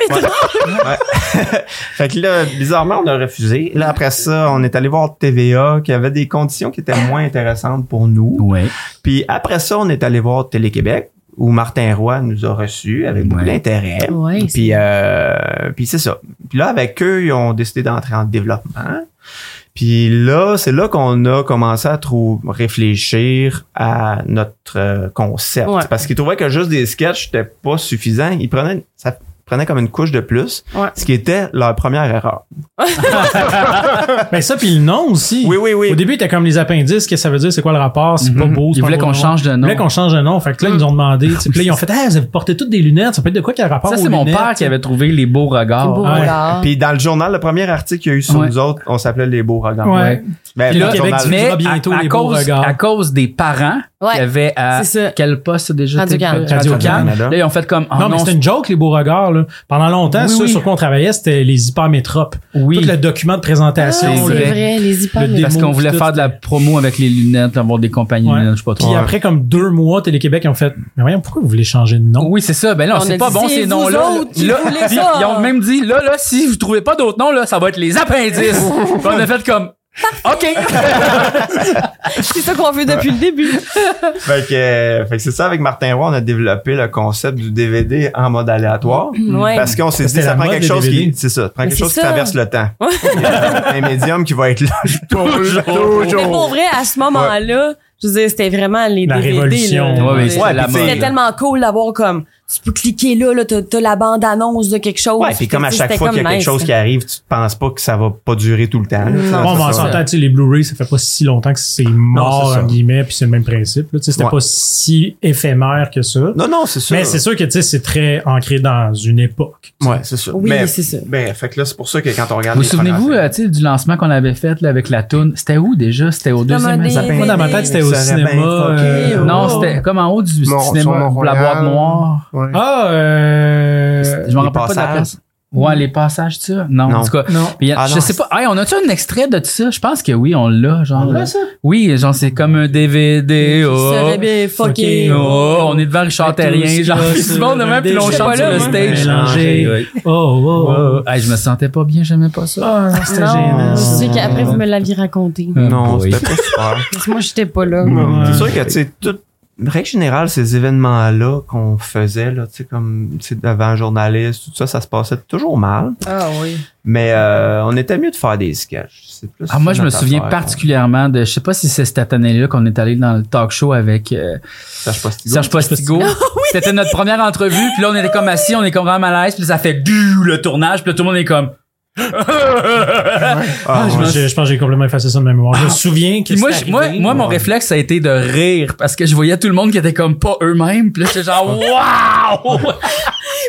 S4: Fait que là, bizarrement, on a refusé. Là, après ça, on est allé voir TVA qui avait des conditions qui étaient moins intéressantes pour nous.
S2: Ouais.
S4: Puis après ça, on est allé voir Télé-Québec où Martin Roy nous a reçus avec beaucoup
S2: Ouais.
S4: d'intérêt.
S3: Ouais, c'est-
S4: Puis, euh, puis c'est ça. Puis là, avec eux, ils ont décidé d'entrer en développement. Puis là, c'est là qu'on a commencé à trop réfléchir à notre euh, concept.
S3: Ouais.
S4: Parce qu'ils trouvaient que juste des sketchs, c'était pas suffisant. Ils prenaient, ça prenait comme une couche de plus,
S3: Ouais.
S4: ce qui était leur première erreur.
S1: Ben ça, puis le nom aussi.
S4: Oui, oui, oui.
S1: Au début, t'as comme les appendices, qu'est-ce que ça veut dire, c'est quoi le rapport, c'est pas beau, c'est
S2: Ils
S1: pas
S2: voulaient
S1: beau
S2: Mhm. qu'on
S1: nom.
S2: change de
S1: Ils
S2: nom.
S1: voulaient qu'on change de nom. Fait que là, ils nous ont demandé, tu sais, puis là, ils ont fait, ah, vous avez porté toutes des lunettes, ça peut être de quoi qu'il y a rapport
S2: Ça,
S1: aux
S2: c'est mon
S1: lunettes,
S2: père qui avait trouvé les beaux
S3: C'est beau,
S2: regards.
S1: Oh, ouais.
S3: là.
S4: Puis dans le journal, le premier article qu'il y a eu sur
S2: Ouais.
S4: nous autres, on s'appelait Les Beaux Regards.
S1: Ouais.
S2: Ouais.
S4: Mais
S1: Puis là,
S4: dans le
S1: Québec
S4: journal-
S1: du
S2: Mais
S1: verras bientôt
S2: à, à
S1: les beaux
S2: cause,
S1: regards.
S2: à cause des parents
S3: Ouais,
S2: qui avaient à
S3: c'est ça.
S2: quel poste déjà
S3: Radio-Can.
S2: t'es-
S1: Radio-Can.
S2: Là, ils ont fait comme, ah
S1: Non, mais
S2: non,
S1: c'était une joke, les beaux regards. Là. Pendant longtemps,
S2: Oui,
S1: ceux
S2: oui.
S1: sur quoi on travaillait, c'était les hypermétropes.
S2: oui.
S1: Tout le document de
S3: Ah,
S1: présentation.
S3: c'est
S2: c'est
S1: là.
S2: vrai.
S3: vrai, les hyper.
S1: Le
S3: mais-
S2: Parce
S1: démo,
S2: qu'on voulait
S1: tout,
S2: faire de la promo avec les lunettes, avoir des compagnies
S1: Ouais.
S2: lunettes, je sais pas trop.
S1: Puis après, comme deux mois, Télé-Québec, ils ont fait, mais voyons, pourquoi vous voulez changer de nom?
S2: Oui, c'est ça. Ben là,
S3: On
S2: c'est
S3: a
S2: pas
S3: dit,
S2: bon
S3: c'est
S2: ces
S3: vous
S2: noms-là.
S3: autres qui
S2: Là,
S3: voulez
S2: puis
S3: ça.
S2: Ils ont même dit, là, là, si vous trouvez pas d'autres noms, là, ça va être les appendices. Puis on a fait comme, OK.
S3: C'est ça qu'on veut depuis le début.
S4: Fait que, euh, fait que c'est ça, avec Martin Roy, on a développé le concept du DVD en mode aléatoire.
S3: Ouais.
S4: Parce qu'on s'est dit,
S1: C'était
S4: ça
S1: la
S4: prend
S1: mode
S4: quelque
S1: des
S4: chose
S1: DVD.
S4: qui, c'est ça, ça prend
S3: Mais
S4: quelque
S3: c'est
S4: chose qui
S3: ça.
S4: traverse le temps. Il y a un médium qui va être là toujours.
S3: Mais pour vrai, à ce moment-là, je veux dire, c'était vraiment les
S1: La
S3: DVD.
S1: révolution.
S3: là.
S2: Ouais, ouais, c'est
S4: Ouais,
S2: la
S4: puis
S2: mode.
S4: c'est-
S3: C'était tellement cool d'avoir comme, tu peux cliquer là, là, t'as, t'as la bande-annonce de quelque chose.
S4: Ouais, puis comme à
S3: C'était
S4: chaque fois qu'il y a
S3: comme
S4: quelque
S3: nice.
S4: chose qui arrive, tu penses pas que ça va pas durer tout le temps. là. Ça,
S1: Bon,
S4: ça,
S1: mais on
S4: ça,
S1: s'entend, tu sais, les Blu-ray, ça fait pas si longtemps que c'est
S4: c'est
S1: mort,
S4: ça.
S1: en guillemets, puis c'est le même principe. là. Tu sais, C'était
S4: Ouais.
S1: pas si éphémère que ça.
S4: Non, non, c'est sûr.
S1: Mais c'est sûr que tu sais, c'est très ancré dans une époque.
S4: Ouais, c'est sûr.
S3: Oui,
S4: mais,
S3: c'est ça.
S4: Ben, fait que là, c'est pour ça que quand on regarde
S2: Vous vous
S4: les
S2: souvenez-vous,
S4: photographies-
S2: euh, tu sais, du lancement qu'on avait fait, là, avec la toune? C'était où déjà? C'était au deuxième
S3: Promenade.
S2: étage?
S1: Moi, dans ma tête, c'était au
S4: Ça aurait
S1: cinéma.
S4: bien fucké,
S1: euh,
S3: ouais.
S2: Non, c'était comme en haut du
S5: Mont- sur
S2: cinéma, la
S5: Mont-Royal.
S2: boîte noire.
S5: Ouais.
S1: Ah, euh...
S2: Je m'en
S4: les
S2: rappelle pas de la
S4: passages.
S2: place. Ouais, les passages, ça. Non,
S4: Non.
S2: en tout cas.
S1: Non.
S2: Puis, il y a-
S4: Ah,
S2: je
S4: non.
S2: sais pas. Hey, on a-tu un extrait de ça? Je pense que oui, on l'a, genre.
S1: On l'a, ça?
S2: Oui, genre, c'est comme un DVD. oh.
S3: Ça aurait bien fucké.
S2: Oh, on est devant Richard Terrien, genre, tout le monde de même, puis on chante sur
S4: hein.
S2: le stage.
S1: Mélanger. Oh, oh, oh.
S2: Oh, hey, je me sentais pas bien, j'aimais pas ça.
S1: Ah, non, c'était
S3: Non,
S1: gênant.
S3: je
S1: ça.
S3: sais qu'après, vous me l'aviez raconté.
S4: Non,
S2: Oui.
S4: c'était pas super.
S3: Parce que moi, j'étais pas là.
S1: Ouais.
S4: C'est sûr que, tu sais, tout, règle générale, ces événements-là qu'on faisait, là, tu sais, comme, tu sais, devant un journaliste, tout ça, ça se passait toujours mal.
S3: Ah oui.
S4: Mais, euh, on était mieux de faire des sketchs. C'est plus
S2: Ah, moi, je me
S4: notre
S2: souviens
S4: affaire,
S2: particulièrement de, je sais pas si c'est cette année-là qu'on est allé dans le talk show avec euh,
S4: qu'on- Serge Postigo.
S2: Serge Postigo. C'était notre première entrevue, puis là, on était comme assis, on est comme vraiment à l'aise, puis là, ça fait du le tournage, puis là, tout le monde est comme.
S4: Ah,
S1: Ah, je,
S4: ouais.
S1: pense, que- je pense que j'ai complètement effacé ça de mémoire. Je me souviens que
S2: Puis Ah. moi,
S1: c'est
S2: je- moi,
S1: arrivé.
S2: moi, mon réflexe, ça a été de rire, parce que je voyais tout le monde qui était comme pas eux-mêmes, puis là, j'étais genre, waouh!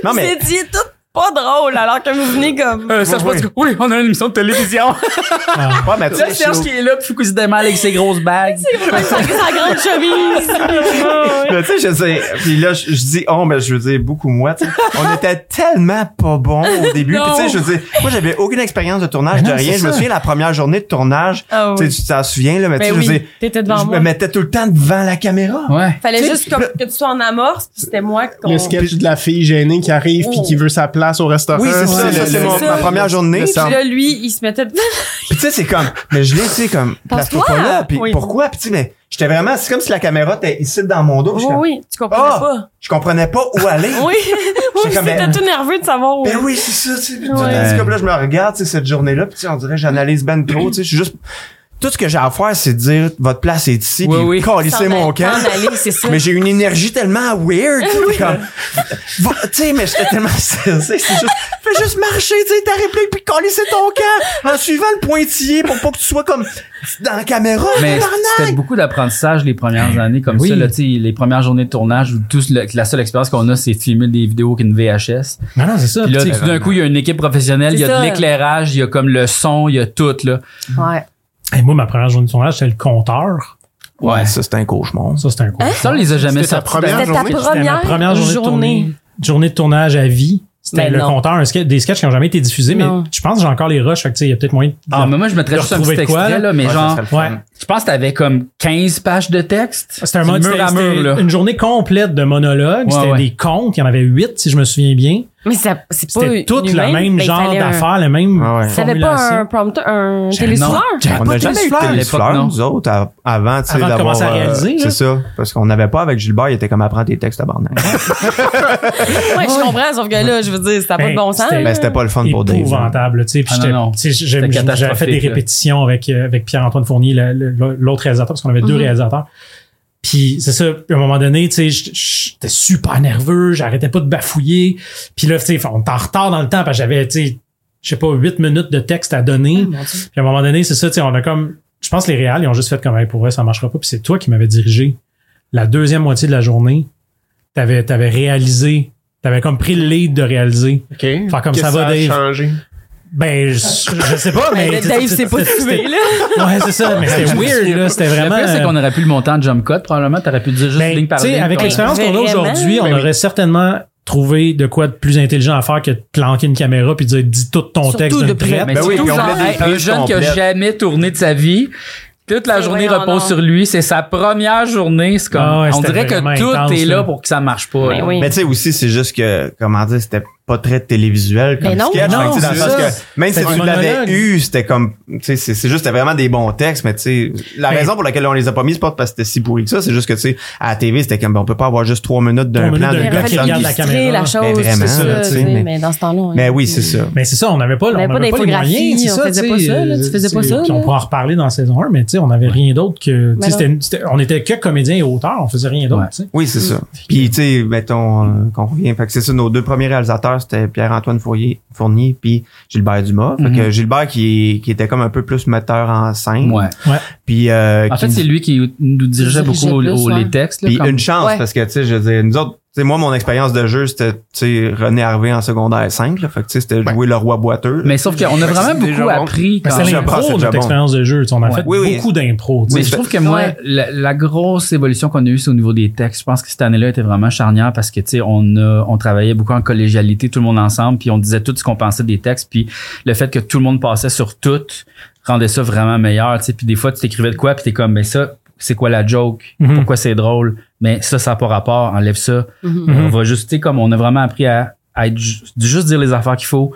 S4: Non, mais,
S3: C'est dit tout pas drôle, alors que vous venez comme.
S2: Euh, Serge
S4: Oui, oui.
S2: Postigo, oui, on a une émission de télévision.
S1: Ah.
S4: ouais, mais tu
S2: C'est
S4: sais,
S2: Serge
S4: je-
S2: qui est là, puis Fukusidama avec ses grosses bagues.
S3: Sa, sa grande chemise.
S4: mais tu sais, je sais, puis là, je, je dis, oh, mais je veux dire, beaucoup moi, tu sais. On était tellement pas bons au début. Puis
S2: Non.
S4: tu sais, je veux dire, moi, j'avais aucune expérience de tournage,
S1: Mais
S4: de
S1: non,
S4: rien.
S1: c'est
S4: Je me
S1: ça.
S4: souviens, la première journée de tournage,
S3: Ah
S4: tu sais,
S3: oui.
S4: tu t'en souviens, là, mais tu sais,
S3: Ben
S4: je veux dire,
S3: oui. T'étais devant
S4: je
S3: moi.
S4: me mettais tout le temps devant la caméra.
S2: Ouais.
S3: Fallait
S4: Tu sais,
S3: juste comme que tu sois en amorce, puis c'était moi qu'on.
S5: Le sketch de la fille gênée qui arrive puis qui veut sa place au restaurant.
S4: Oui, c'est ça,
S5: le-
S4: ça, c'est
S5: le-
S4: mon-
S5: le-
S4: ma première journée.
S5: le
S3: Puis
S5: centre.
S3: là, lui, il se mettait.
S4: Puis tu sais, c'est comme, mais je l'ai, tu sais, comme, place-toi
S3: Pense-toi.
S4: pas là. Puis
S3: Oui.
S4: pourquoi? Puis tu sais, mais j'étais vraiment, c'est comme si la caméra était ici dans mon dos. puis
S3: Oh, Oui,
S4: j'étais comme,
S3: oui, tu comprenais pas.
S4: Je comprenais pas où aller.
S3: Oui, oui,
S4: Ah! comme,
S3: c'était
S4: ben-
S3: tout nerveux de savoir où.
S4: Ben oui, c'est ça, tu sais. Puis tu
S3: Ouais.
S4: te dis, comme là, je me regarde, tu sais, cette journée-là, puis tu sais, on dirait, j'analyse ben trop, tu sais, je suis juste tout ce que j'ai à faire, c'est de dire votre place est ici,
S2: Oui,
S4: puis
S2: oui.
S4: câlisser
S3: S'en
S4: mon
S3: aller-
S4: camp.
S3: s'en aller, c'est ça.
S4: Mais j'ai une énergie tellement weird. tu sais, comme, Va- tu sais, mais j'étais tellement stressé. C'est juste, fais juste marcher, tu sais, ta réplique, puis câlisser ton camp en suivant le pointillé pour pas que tu sois comme dans la caméra.
S2: Mais c'était
S4: tabarnak.
S2: beaucoup d'apprentissage les premières années comme
S1: Oui.
S2: ça. Là, tu sais, les premières journées de tournage où tous le- la seule expérience qu'on a, c'est de filmer des vidéos qu'une VHS.
S1: Non, non, c'est ça.
S2: Puis là,
S1: tu sais,
S2: tout d'un coup, il y a une équipe professionnelle, il y
S3: C'est
S2: a
S3: ça.
S2: de l'éclairage, il y a comme le son, il y a tout. Là.
S3: Ouais.
S1: hey, moi, ma première journée de tournage, c'était le compteur.
S2: Ouais.
S4: ça, c'était un cauchemar.
S1: Ça, c'était un coup.
S2: Ça, on les a jamais
S5: C'était ta
S2: sortis.
S5: première
S3: C'était ta
S5: journée.
S1: C'était ma
S3: première,
S1: première journée, de tournée. Journée de tournage à vie. C'était
S3: Ben
S1: le
S3: non.
S1: compteur, un sketch- des sketchs qui n'ont jamais été diffusés,
S3: Non.
S1: mais je pense que j'ai encore les rushs. Fait que, tu sais, il y a peut-être moyen de.
S2: Ah, mais moi, je mettrais
S1: De
S2: juste un
S1: retrouver
S2: petit
S1: de quoi,
S2: extrait,
S1: là?
S2: là, mais
S4: Ouais, ça
S2: genre,
S4: serait le fun.
S1: Ouais.
S2: je pense que t'avais comme 15 pages de texte.
S1: Ah, C'était un
S2: C'est
S1: mode,
S2: mur à
S1: c'était-
S2: mur, là.
S1: c'était une journée complète de monologues.
S2: Ouais,
S1: c'était
S2: ouais.
S1: des contes. Il y en avait huit, si je me souviens bien.
S3: Mais ça, c'est pas
S1: C'était tout
S3: une
S1: le
S3: humaine,
S1: même
S3: ben, il
S1: genre
S3: fallait un-
S1: d'affaires, le même.
S4: Ah ouais. Ça
S3: Ça avait pas
S1: formulation.
S3: un prompteur, un télésureur?
S2: Non, j'avais
S4: On
S2: pas
S4: n'a
S2: de
S4: jamais eu de
S2: téléfleur à l'époque,
S4: téléfleur,
S2: non.
S4: nous autres, av- avant, tu sais,
S1: Avant de
S4: d'avoir,
S1: commencer à
S4: euh,
S1: réaliser, là.
S4: C'est ça. Parce qu'on n'avait pas avec Gilbert, il était comme apprends tes textes à barnac.
S3: Ouais, je comprends, sauf que là, je veux dire, ça n'a pas
S1: Ben,
S3: de bon sens.
S1: c'était-
S4: Mais c'était pas le fun pour Dave. hein. là.
S1: épouvantable. tu sais, puis
S2: Ah,
S1: j'étais-
S2: non, non.
S1: tu sais, j'ai-
S2: C'était
S1: J'avais fait des
S2: catastrophique, là.
S1: répétitions avec, euh, avec Pierre-Antoine Fournier, le- le- l'autre réalisateur, parce qu'on avait deux
S3: Mhm.
S1: réalisateurs. Puis c'est ça, puis à un moment donné, tu sais, j'étais- j'étais super nerveux, j'arrêtais pas de bafouiller. Puis là, tu sais, on était en retard dans le temps, parce que j'avais, tu sais, je sais pas, huit minutes de texte à donner.
S3: Mhm.
S1: Puis à un moment donné, c'est ça, tu sais, on a comme, je pense que les réals, ils ont juste fait comme, Hey, pour vrai, ça marchera pas. Puis c'est toi qui m'avais dirigé la deuxième moitié de la journée. T'avais, t'avais réalisé, t'avais comme pris le lead de réaliser.
S5: OK.
S1: Faire comme
S5: Qu'est-ce
S1: ça va,
S5: que
S1: Dave.
S5: ça a changé.
S1: Ben, je, je sais pas, mais.
S3: Mais Dave, c'est pas tué, là.
S1: Ouais, c'est ça, mais c'était weird, là. C'était
S2: Le
S1: vraiment.
S2: pire, c'est
S1: euh,
S2: qu'on aurait pu le montant de jump cut, probablement. T'aurais pu dire juste
S1: ben,
S2: ligne par
S1: tu sais,
S2: ligne.
S1: avec
S2: puis on-
S1: l'expérience qu'on a
S3: Vraiment?
S1: aujourd'hui, on
S5: Ben oui.
S1: aurait certainement trouvé de quoi de plus intelligent à faire que de planquer une caméra puis de dire dis tout ton
S3: Surtout
S1: texte
S3: de
S1: d'une
S3: près.
S1: traite.
S2: Mais
S4: Ben
S2: c'est
S4: oui,
S2: tout
S4: puis on
S2: genre,
S4: met des
S2: hey, un
S4: prises
S2: jeune qui a
S4: complètes.
S2: jamais tourné de sa vie. Toute la
S3: C'est
S2: journée
S3: vrai,
S2: repose
S3: non.
S2: sur lui. C'est sa première journée. C'est comme,
S1: Ah ouais,
S2: on
S1: c'était
S2: dirait que
S1: vraiment
S2: tout
S1: intense,
S2: est
S1: là.
S2: là pour que ça marche pas.
S3: Ben
S2: là.
S3: oui.
S4: Mais tu sais aussi, c'est juste que, comment dire, c'était pas très télévisuel comme
S3: Mais non,
S4: sketch.
S1: non,
S4: Fait que, tu sais, dans le
S1: c'est
S4: sens
S1: ça.
S4: que même si
S1: C'est du
S4: tu
S1: monologue.
S4: l'avais eu, c'était comme, tu sais, c'est c'est juste, c'était vraiment des bons textes, mais tu sais, la
S1: Mais-
S4: raison pour laquelle on les a pas mis, c'est pas parce que c'était si pourri que ça, c'est juste que, tu sais, à la TV, c'était comme, ben, on peut pas avoir juste trois minutes d'un
S1: Trois
S4: plan
S1: minutes
S4: de
S1: d'un gars qui
S4: personne
S1: regarde la caméra.
S3: la chose,
S4: Mais
S3: c'est
S4: Ben, vraiment,
S3: ça,
S4: là, tu sais,
S3: tu sais,
S4: mais-
S3: mais dans ce temps-là. hein. on-
S4: Mais oui, c'est ça.
S1: Mais c'est ça, on n'avait pas, on
S3: avait pas
S1: n'avait pas les
S3: d'infographie,
S1: moyens, c'est
S3: on
S1: ça,
S3: faisait
S1: tu
S3: pas
S1: sais,
S3: ça, là, tu
S1: euh,
S3: faisais
S1: tu
S3: pas
S1: sais,
S3: ça,
S1: puis on
S3: là.
S1: pourra en reparler dans saison 1, mais tu sais, on n'avait rien d'autre que, tu sais,
S3: non.
S1: c'était une- c'était- on était que comédiens et auteurs, on faisait rien d'autre,
S2: Ouais. Ah,
S1: tu sais.
S4: Oui, c'est ça. Puis, tu sais, mettons, euh, qu'on revient. Fait que c'est ça, nos deux premiers réalisateurs, c'était Pierre-Antoine Fournier, Fournier puis Gilbert Dumas. Fait que Gilbert, qui, qui était comme un peu plus metteur en scène.
S2: Ouais.
S4: Puis, euh,
S2: En
S4: qui-
S2: fait, c'est lui qui nous dirigeait
S3: Dirigeait
S2: beaucoup au-
S3: plus,
S2: au-
S3: ouais.
S2: les textes. là,
S4: Puis
S2: comme-
S4: une chance,
S3: Ouais.
S4: parce que, tu sais, je veux dire, nous autres, tu sais, moi, mon expérience de jeu, c'était, tu sais, René Harvey en secondaire 5, là. Fait que, tu sais, c'était jouer le roi boiteux.
S2: Mais sauf qu'on a
S5: c'est
S2: vraiment
S5: déjà
S2: beaucoup
S5: bon.
S2: appris
S1: Mais
S2: quand
S1: Ben, c'est
S4: je pense que c'est
S1: l'impro,
S4: déjà
S1: notre
S4: bon.
S1: expérience de jeu, tu sais, on a
S2: Ouais.
S1: fait
S4: Oui, oui.
S1: beaucoup d'impro, tu sais.
S2: Mais je trouve que moi,
S3: Ouais.
S2: la, la grosse évolution qu'on a eue, c'est au niveau des textes. Je pense que cette année-là était vraiment charnière parce que, tu sais, on, a- on travaillait beaucoup en collégialité, tout le monde ensemble, puis on disait tout ce qu'on pensait des textes, puis le fait que tout le monde passait sur tout rendait ça vraiment meilleur, tu sais. Puis des fois, tu t'écrivais de quoi, puis t'es comme, mais ça, c'est quoi la joke?
S1: Mhm.
S2: Pourquoi c'est drôle? Mais ça, ça n'a pas rapport, enlève ça.
S3: Mhm.
S1: Mhm.
S2: On va juste, tu sais, comme on a vraiment appris à, à être ju- juste dire les affaires qu'il faut,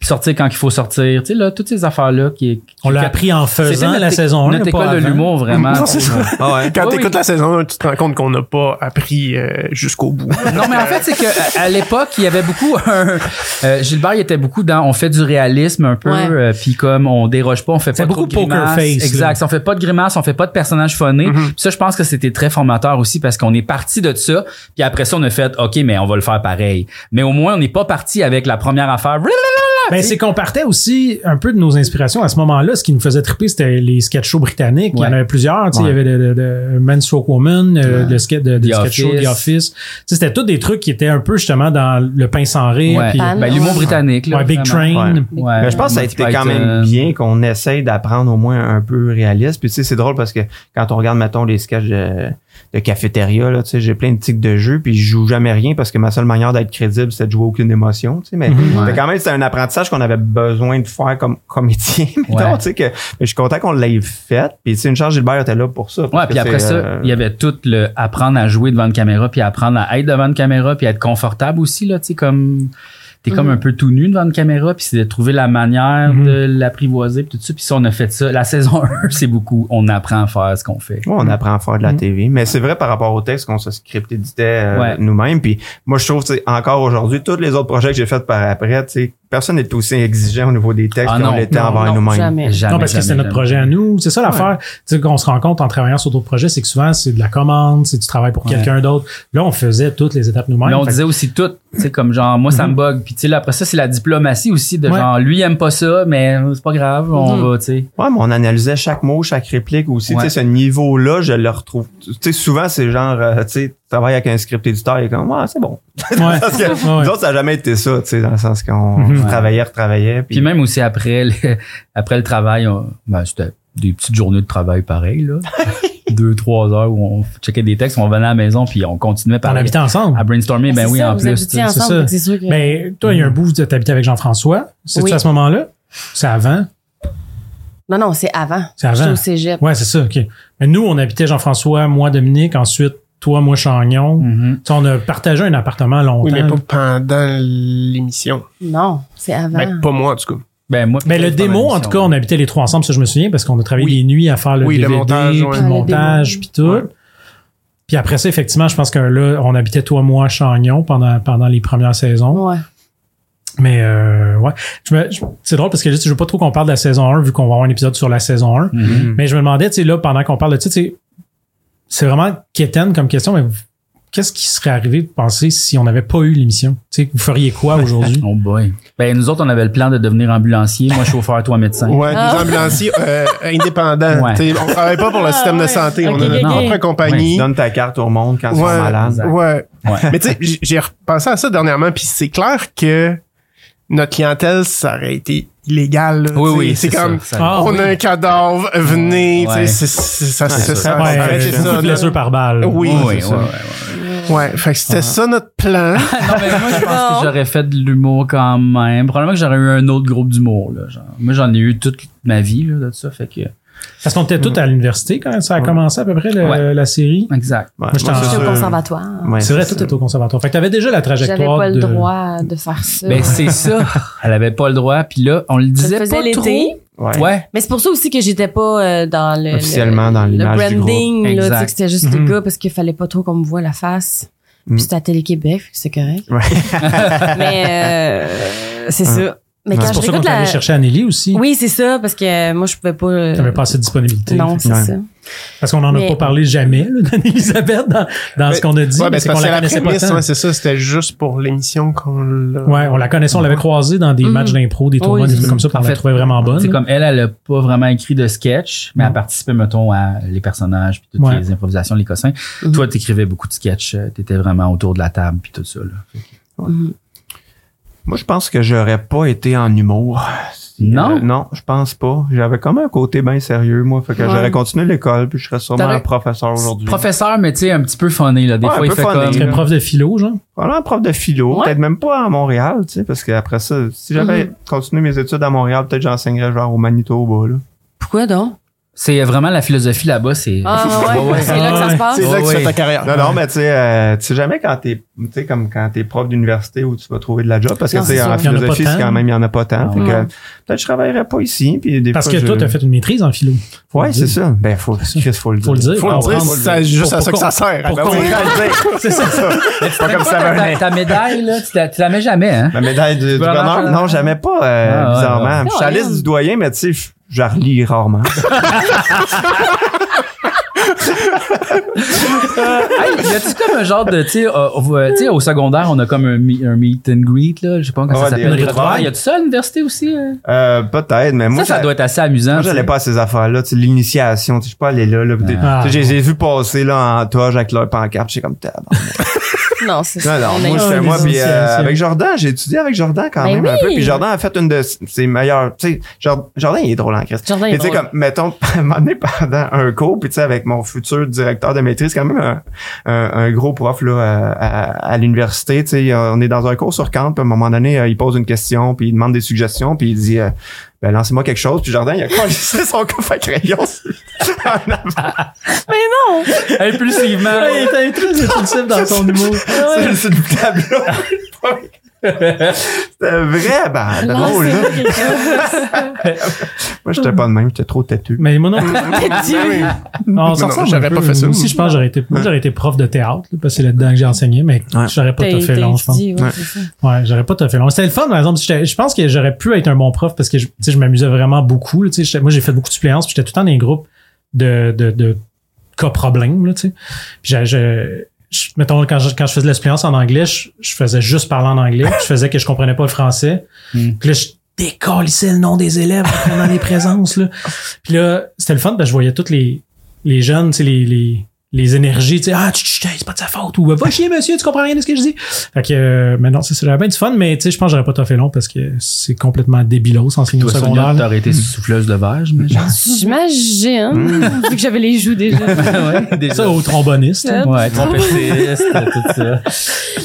S2: puis sortir quand il faut sortir, tu sais, là, toutes ces affaires-là qui. qui-
S1: On l'a
S2: que-
S1: appris en
S2: C'était
S1: faisant
S2: notre
S1: la
S2: é-
S1: saison 1.
S2: Notre école de l'humour, vraiment.
S5: Non, c'est ça.
S4: Ah ouais.
S5: Quand
S2: Oui,
S5: t'écoutes
S2: oui.
S5: la saison 1, tu te rends compte qu'on n'a pas appris euh, jusqu'au bout.
S2: Non, mais en fait, c'est que à à l'époque, il y avait beaucoup. un- euh, Gilbert, il était beaucoup dans. On fait du réalisme un peu,
S3: Ouais.
S2: euh, puis comme on déroge pas, on fait
S1: C'est
S2: pas trop
S1: beaucoup
S2: de
S1: poker
S2: grimaces.
S1: face, là.
S2: Exact. On fait pas de grimaces, on fait pas de personnages phonés.
S4: Mm-hmm.
S2: Puis Ça, je pense que c'était très formateur aussi parce qu'on est parti de ça. Puis après ça, on a fait, ok, mais on va le faire pareil. Mais au moins, on n'est pas parti avec la première affaire.
S1: Ben, c'est qu'on partait aussi un peu de nos inspirations à ce moment-là. Ce qui nous faisait triper, c'était les sketch shows britanniques. Il y en
S2: Ouais.
S1: avait plusieurs. tu sais, Il y avait le, le, le Man's Stroke Woman, euh, le sketch, de,
S2: The
S1: sketch show
S2: Office.
S1: The Office. Tu sais, C'était tous des trucs qui étaient un peu justement dans le pain sans rire.
S2: Ouais.
S1: puis-
S2: Ben, l'humour britannique. Là,
S1: Ouais, Big
S2: vraiment.
S1: Train.
S4: Ouais.
S2: Ouais.
S4: Mais je pense que ça a été quand même
S2: Python.
S4: bien qu'on essaye d'apprendre au moins un peu réaliste. Puis tu sais, c'est drôle parce que quand on regarde, mettons, les sketchs de, de cafétéria, là, tu sais, j'ai plein de tics de jeu, puis je joue jamais rien parce que ma seule manière d'être crédible, c'est de jouer aucune émotion. Tu sais, mais
S2: Mhm. Ouais.
S4: mais quand même, c'était un apprentissage qu'on avait besoin de faire comme comédien. mettons,
S2: Ouais.
S4: tu sais, que, mais je suis content qu'on l'ait fait. Puis tu sais, une chance, Gilbert était là pour ça. parce
S2: Ouais,
S4: que
S2: puis après
S4: c'est,
S2: ça,
S4: euh,
S2: il y avait tout le apprendre à jouer devant une caméra, puis apprendre à être devant une caméra, puis être confortable aussi là, tu sais comme t'es comme un peu tout nu devant une caméra, puis c'est de trouver la manière
S1: Mhm.
S2: de l'apprivoiser, puis tout ça. Puis ça, on a fait ça. La saison 1, c'est beaucoup. On apprend à faire ce qu'on fait.
S4: Ouais, on apprend à faire de la TV. Mais c'est vrai par rapport au texte qu'on se script éditait euh,
S2: Ouais.
S4: nous-mêmes. Puis moi, je trouve, tu sais, encore aujourd'hui, tous les autres projets que j'ai faits par après, tu sais, personne n'est aussi exigeant au niveau des textes
S2: Ah
S4: qu'on
S2: non,
S4: l'était
S1: non,
S4: envers
S3: non,
S4: nous-mêmes.
S3: jamais.
S2: Jamais,
S1: non, parce que
S2: jamais,
S1: c'est notre
S2: jamais.
S1: projet à nous. C'est ça l'affaire. Tu sais, qu'on se rend compte en travaillant sur d'autres projets, c'est que souvent, c'est de la commande, c'est du travail pour
S2: Ouais.
S1: quelqu'un d'autre. Là, on faisait toutes les étapes nous-mêmes.
S2: Mais on
S1: Fait que-
S2: disait aussi tout, tu sais, comme genre, moi, ça me bug. Puis, tu sais, là, après ça, c'est la diplomatie aussi de
S1: Ouais.
S2: genre, lui, il aime pas ça, mais c'est pas grave, on
S3: Mhm.
S2: va, tu sais.
S4: Ouais, mais on analysait chaque mot, chaque réplique aussi.
S2: Ouais.
S4: Tu sais, ce niveau-là, je le retrouve. Tu sais, souvent, c'est genre, euh, tu sais, tu travailles avec un script éditeur et comme, ouais, c'est bon.
S1: Ouais.
S4: Parce que
S1: Ouais.
S4: nous autres, ça n'a jamais été ça, tu sais, dans le sens qu'on
S1: Mhm.
S4: travaillait, retravaillait.
S2: Puis
S4: Puis,
S2: même aussi après le, après le travail, on- ben, c'était des petites journées de travail pareil, là. Deux, trois heures où on checkait des textes, on venait à la maison, puis on continuait
S1: On
S2: par
S1: habitait ensemble.
S2: à brainstormer. Ben
S3: C'est
S2: oui,
S3: ça,
S2: en
S3: vous
S2: plus.
S3: habitiez
S2: tu sais.
S1: c'est
S3: ensemble,
S1: ça.
S3: fait que c'est sûr que-
S1: Mais Ben, toi, il
S5: Mm.
S1: y a un bout, tu habitais avec Jean-François. C'est-tu
S3: Oui.
S1: à ce moment-là? C'est avant?
S3: Non, non, c'est avant.
S1: C'est avant.
S3: J'étais au cégep.
S1: Ouais, c'est ça, OK. Mais nous, on habitait Jean-François, moi, Dominique, ensuite, toi, moi, Chagnon.
S2: Mhm.
S1: Tu sais, on a partagé un appartement longtemps.
S5: Mm. Oui, mais pas
S1: mais,
S5: pendant l'émission.
S3: Non, c'est avant.
S5: Ben, pas moi, en tout cas.
S2: Ben moi,
S1: le
S2: pendant
S1: démo, en
S2: l'émission,
S1: tout cas, on habitait les trois ensemble, ça, je me souviens, parce qu'on a travaillé
S5: Oui.
S1: les nuits à faire le
S5: Oui, le
S1: DVD,
S5: montage, ouais.
S1: puis le
S3: Ah, le
S1: montage,
S3: démo.
S1: puis tout.
S5: Ouais.
S1: Puis après ça, effectivement, je pense que là, on habitait toi, moi, Chagnon pendant, pendant les premières saisons.
S3: Ouais.
S1: Mais euh, ouais, Je me- je- c'est drôle parce que je veux pas trop qu'on parle de la saison 1 vu qu'on va avoir un épisode sur la saison 1.
S2: Mhm.
S1: Mais je me demandais, tu sais, là, pendant qu'on parle de ça, tu sais, c'est vraiment quétaine comme question, mais vous- qu'est-ce qui serait arrivé de penser si on n'avait pas eu l'émission? Tu sais, vous feriez quoi aujourd'hui?
S2: Oh boy. Ben nous autres, on avait le plan de devenir ambulancier, moi chauffeur, toi médecin.
S5: Ouais,
S3: Ah.
S5: des ambulanciers euh, indépendants.
S2: Ouais.
S5: T'sais, On travaille pas pour le
S3: Ah,
S5: système de
S3: ouais.
S5: santé.
S3: Ok,
S5: on a
S3: ok,
S5: notre
S3: ok.
S5: propre
S4: tu
S5: compagnie.
S4: donnes ta carte au monde quand ils sont malades.
S2: exact.
S5: ouais.
S2: Ouais.
S5: Mais tu sais, j- j'ai repensé à ça dernièrement, puis c'est clair que notre clientèle, ça aurait été illégal. là,
S2: Oui,
S5: tu sais.
S2: oui,
S5: C'est comme,
S2: ça, ça-
S1: Ah,
S5: on
S1: oui.
S5: a un cadavre, venez, tu
S2: Ouais.
S5: sais, c'est- c'est- ça,
S4: Ouais,
S5: c'est
S4: ça,
S5: ça.
S4: ça,
S5: ça,
S1: ouais,
S5: arrêtez
S1: euh,
S5: ça,
S1: beaucoup de
S5: là.
S1: blessures par balle.
S5: Oui,
S2: Oui, oui,
S5: c'est
S2: ouais,
S5: ça.
S2: ouais, ouais.
S5: Ouais, fait que c'était ça notre plan.
S2: Non, mais moi, je pense
S3: Non.
S2: que j'aurais fait de l'humour quand même. Probablement que j'aurais eu un autre groupe d'humour. Là, genre. Moi, j'en ai eu toute ma vie là, de ça. Fait que...
S1: Parce qu'on était tous à l'université quand ça a commencé à peu près le-
S2: Ouais.
S1: la série.
S2: Exact.
S4: Ouais,
S1: Moi, je
S4: moi,
S1: t'en-
S4: c'est
S3: J'étais au
S4: sûr.
S3: conservatoire.
S4: Ouais,
S1: C'est vrai,
S4: c'est
S1: tout était au conservatoire. Fait que t'avais déjà la
S3: J'avais
S1: trajectoire
S3: pas
S1: de...
S3: le droit de faire ça.
S2: Ben, c'est ça. Elle avait pas le droit. Puis là, on le
S3: Je
S2: disait
S3: le faisais
S2: pas
S3: l'été.
S2: trop.
S4: Ouais.
S2: Ouais.
S3: Mais c'est pour ça aussi que j'étais pas euh, dans le
S4: Officiellement
S3: le-
S4: dans
S3: le
S4: l'image du
S2: groupe.
S3: branding là, tu sais
S2: Exact.
S3: que c'était juste
S1: Mhm.
S3: des gars parce qu'il fallait pas trop qu'on me voie la face.
S4: Mm.
S3: Puis c'était à Télé Québec, c'est correct.
S4: Ouais.
S3: Mais euh, c'est ça. Mais quand
S1: C'est
S3: je
S1: pour ça qu'on
S3: réécoute
S1: t'allait
S3: la
S1: chercher Anneli aussi.
S3: Oui, c'est ça parce que euh, moi je pouvais pas euh,
S1: T'avais pas assez de disponibilité.
S3: Non, c'est
S4: Ouais.
S3: ça.
S1: Parce qu'on n'en a
S3: Mais-
S1: pas parlé jamais, là, d'Anne-Elisabeth, dans, dans
S5: Mais-
S1: ce qu'on a dit.
S5: ouais,
S1: mais
S5: ben,
S1: c'est
S5: c'est
S1: qu'on
S5: parce que
S1: la
S5: la
S1: connaissait pas
S5: prémisse,
S1: tant.
S5: ouais, c'est ça, c'était juste pour l'émission qu'on l'a.
S1: Ouais, on la connaissait, on l'avait croisée dans des
S3: Mhm.
S1: matchs d'impro, des tournois, des
S3: Oui, c'est
S1: trucs
S2: ça.
S1: comme ça, puis on
S2: En
S1: la
S2: fait,
S1: trouvait vraiment bonne.
S2: C'est comme elle, elle a pas vraiment écrit de sketch, mais
S1: Mm.
S2: elle participait, mettons, à les personnages, puis toutes
S1: Ouais.
S2: les improvisations, les cossins.
S3: Mhm.
S2: Toi, t'écrivais beaucoup de sketch. euh, T'étais vraiment autour de la table, puis tout ça. Là.
S3: Mhm.
S4: Moi, je pense que j'aurais pas été en humour. Si,
S2: Non?
S4: euh, non, je pense pas. J'avais comme un côté bien sérieux, moi. Fait que
S3: Ouais.
S4: j'aurais continué l'école, puis je serais sûrement
S2: T'aurais-
S4: un professeur aujourd'hui.
S2: Professeur, mais tu sais, un petit peu funny. Là. Des
S4: Ouais,
S2: fois,
S4: un
S2: il
S4: peu
S2: fait
S4: funny,
S1: Tu
S2: comme...
S1: serais prof de philo, genre.
S4: Voilà, un prof de philo,
S3: Ouais.
S4: peut-être même pas à Montréal, tu sais, parce qu'après ça, si j'avais
S1: Mm-hmm.
S4: continué mes études à Montréal, peut-être j'enseignerais genre au Manitoba, là.
S3: Pourquoi donc
S2: C'est euh, vraiment la philosophie là-bas, c'est...
S3: Ah ouais, c'est là que ça se passe.
S5: C'est là que tu
S2: Ouais.
S5: fais ta carrière.
S4: Non, non, mais tu sais, euh, tu sais jamais quand t'es, tu sais, comme quand t'es prof d'université où tu vas trouver de la job, parce que
S3: Non,
S4: tu sais,
S3: c'est
S4: en
S3: sûr.
S1: Il y en a pas
S4: philosophie, c'est
S1: tant.
S4: quand même, il y en a pas tant.
S2: Ah
S4: Fait que,
S3: ouais.
S4: euh, peut-être je travaillerais pas ici, puis des
S1: Parce
S4: fois,
S1: que
S4: je-
S1: toi, t'as fait une maîtrise en philo.
S4: Ouais, c'est ça. Ben, faut, Chris, faut le dire.
S1: Faut le dire.
S5: Faut le dire,
S1: comprendre.
S5: c'est juste à
S1: Pour-
S5: ça que ça
S1: pour-
S5: sert.
S1: pour
S5: Ah ben oui.
S1: comprendre. C'est ça.
S4: C'est pas comme
S2: Toi,
S4: ça,
S2: ta, ta médaille, là, tu la, tu la mets jamais, hein?
S4: Ma médaille du, du
S2: vas la
S4: bonheur,
S2: faire?
S4: non, jamais pas, euh,
S2: Ah, ouais,
S4: bizarrement.
S3: ouais.
S4: Je suis à la liste du doyen, mais tu sais, je- je la relis rarement.
S2: Hey, y a-tu comme un genre de, tu sais, euh, euh, tu sais, au secondaire, on a comme un, me- un meet and greet, là, je sais pas comment
S4: Ouais,
S2: ça s'appelle.
S4: des
S2: Des retrouvailles.
S4: retrouvailles.
S2: Y a-tu ça à l'université aussi? hein?
S4: Euh, peut-être, mais moi,
S2: ça, ça
S4: j'a-
S2: doit être assez amusant.
S4: moi, j'allais
S2: tu sais.
S4: pas à ces affaires-là, tu sais, l'initiation, tu sais, je suis pas allé là, là. pis des-
S1: Ah.
S4: tu sais, je les ai vus passer, là, en toge avec leur pancarte, j'étais comme, tabarnak.
S3: Non, c'est
S4: Non,
S3: ça.
S4: non,
S3: On a
S4: moi,
S3: eu-
S4: je
S1: Ah,
S4: fais moi,
S1: des
S4: puis euh,
S1: initiations.
S4: avec Jordan, j'ai étudié avec Jordan quand
S3: Ben
S4: même un
S3: oui.
S4: peu, puis Jordan a fait une de ses meilleures, tu sais, Jor- Jordan, il est drôle en Christ.
S3: Jordan est
S4: Mais tu sais,
S3: drôle.
S4: comme, mettons, à un moment donné, pendant un cours, puis tu sais, avec mon futur directeur de maîtrise, quand même un, un, un gros prof là, euh, à, à l'université, tu sais, on est dans un cours sur Kant, puis à un moment donné, euh, il pose une question, puis il demande des suggestions, puis il dit, euh, ben, lancez-moi quelque chose, puis Jordan, il a collé son coffre à crayon sur- en avant.
S2: Impulsivement.
S1: Il est impulsif dans son humour.
S4: sur- sur le tableau. C'était un vrai
S2: Ah,
S3: Ah,
S4: bad. drôle, là. Moi, j'étais pas de même, j'étais trop têtu.
S1: Mais moi non.
S5: Ah oui.
S1: Non, ça
S5: non,
S1: ressemble
S5: j'aurais
S1: un peu.
S5: pas fait ça.
S1: Moi aussi, je pense que j'aurais été, moi, j'aurais été prof de théâtre, là, parce que c'est là-dedans que j'ai enseigné, mais
S4: Ouais.
S1: j'aurais pas tout fait long, je pense. Ouais, j'aurais pas tout fait long. C'était le fun, par exemple. J'étais- Je pense que j'aurais pu être un bon prof parce que je, tu sais, je m'amusais vraiment beaucoup. là, tu sais, j'étais- moi, j'ai fait beaucoup de suppléances, puis j'étais tout le temps dans des groupes de, de, de cas problèmes. Là, tu sais. Puis j'ai- je, je- mettons, quand je, quand je faisais de la suppléance en anglais, je, je faisais juste parler en anglais. puis je faisais que je comprenais pas le français.
S2: Mm.
S1: Puis là, je décalissais le nom des élèves pendant les présences. Là. Puis là, c'était le fun parce que je voyais toutes les, les jeunes, tu sais, les, les, les énergies, tu sais, ah, tu- tu- tu- c'est pas de sa faute, ou va chier, monsieur, tu comprends rien de ce que je dis. Fait que, euh, mais non, c'est ça, j'avais bien du fun, mais tu sais, je pense que j'aurais pas tout fait long parce que c'est complètement débilos en signe au
S2: Toi,
S1: secondaire.
S2: Sonia,
S1: là.
S2: t'aurais été souffleuse de verre, j'imagine.
S3: J'imagine,
S2: Mm.
S3: vu que j'avais les joues déjà.
S2: ouais,
S1: Ça, au tromboniste. là.
S2: Ouais, trompettiste, tout ça.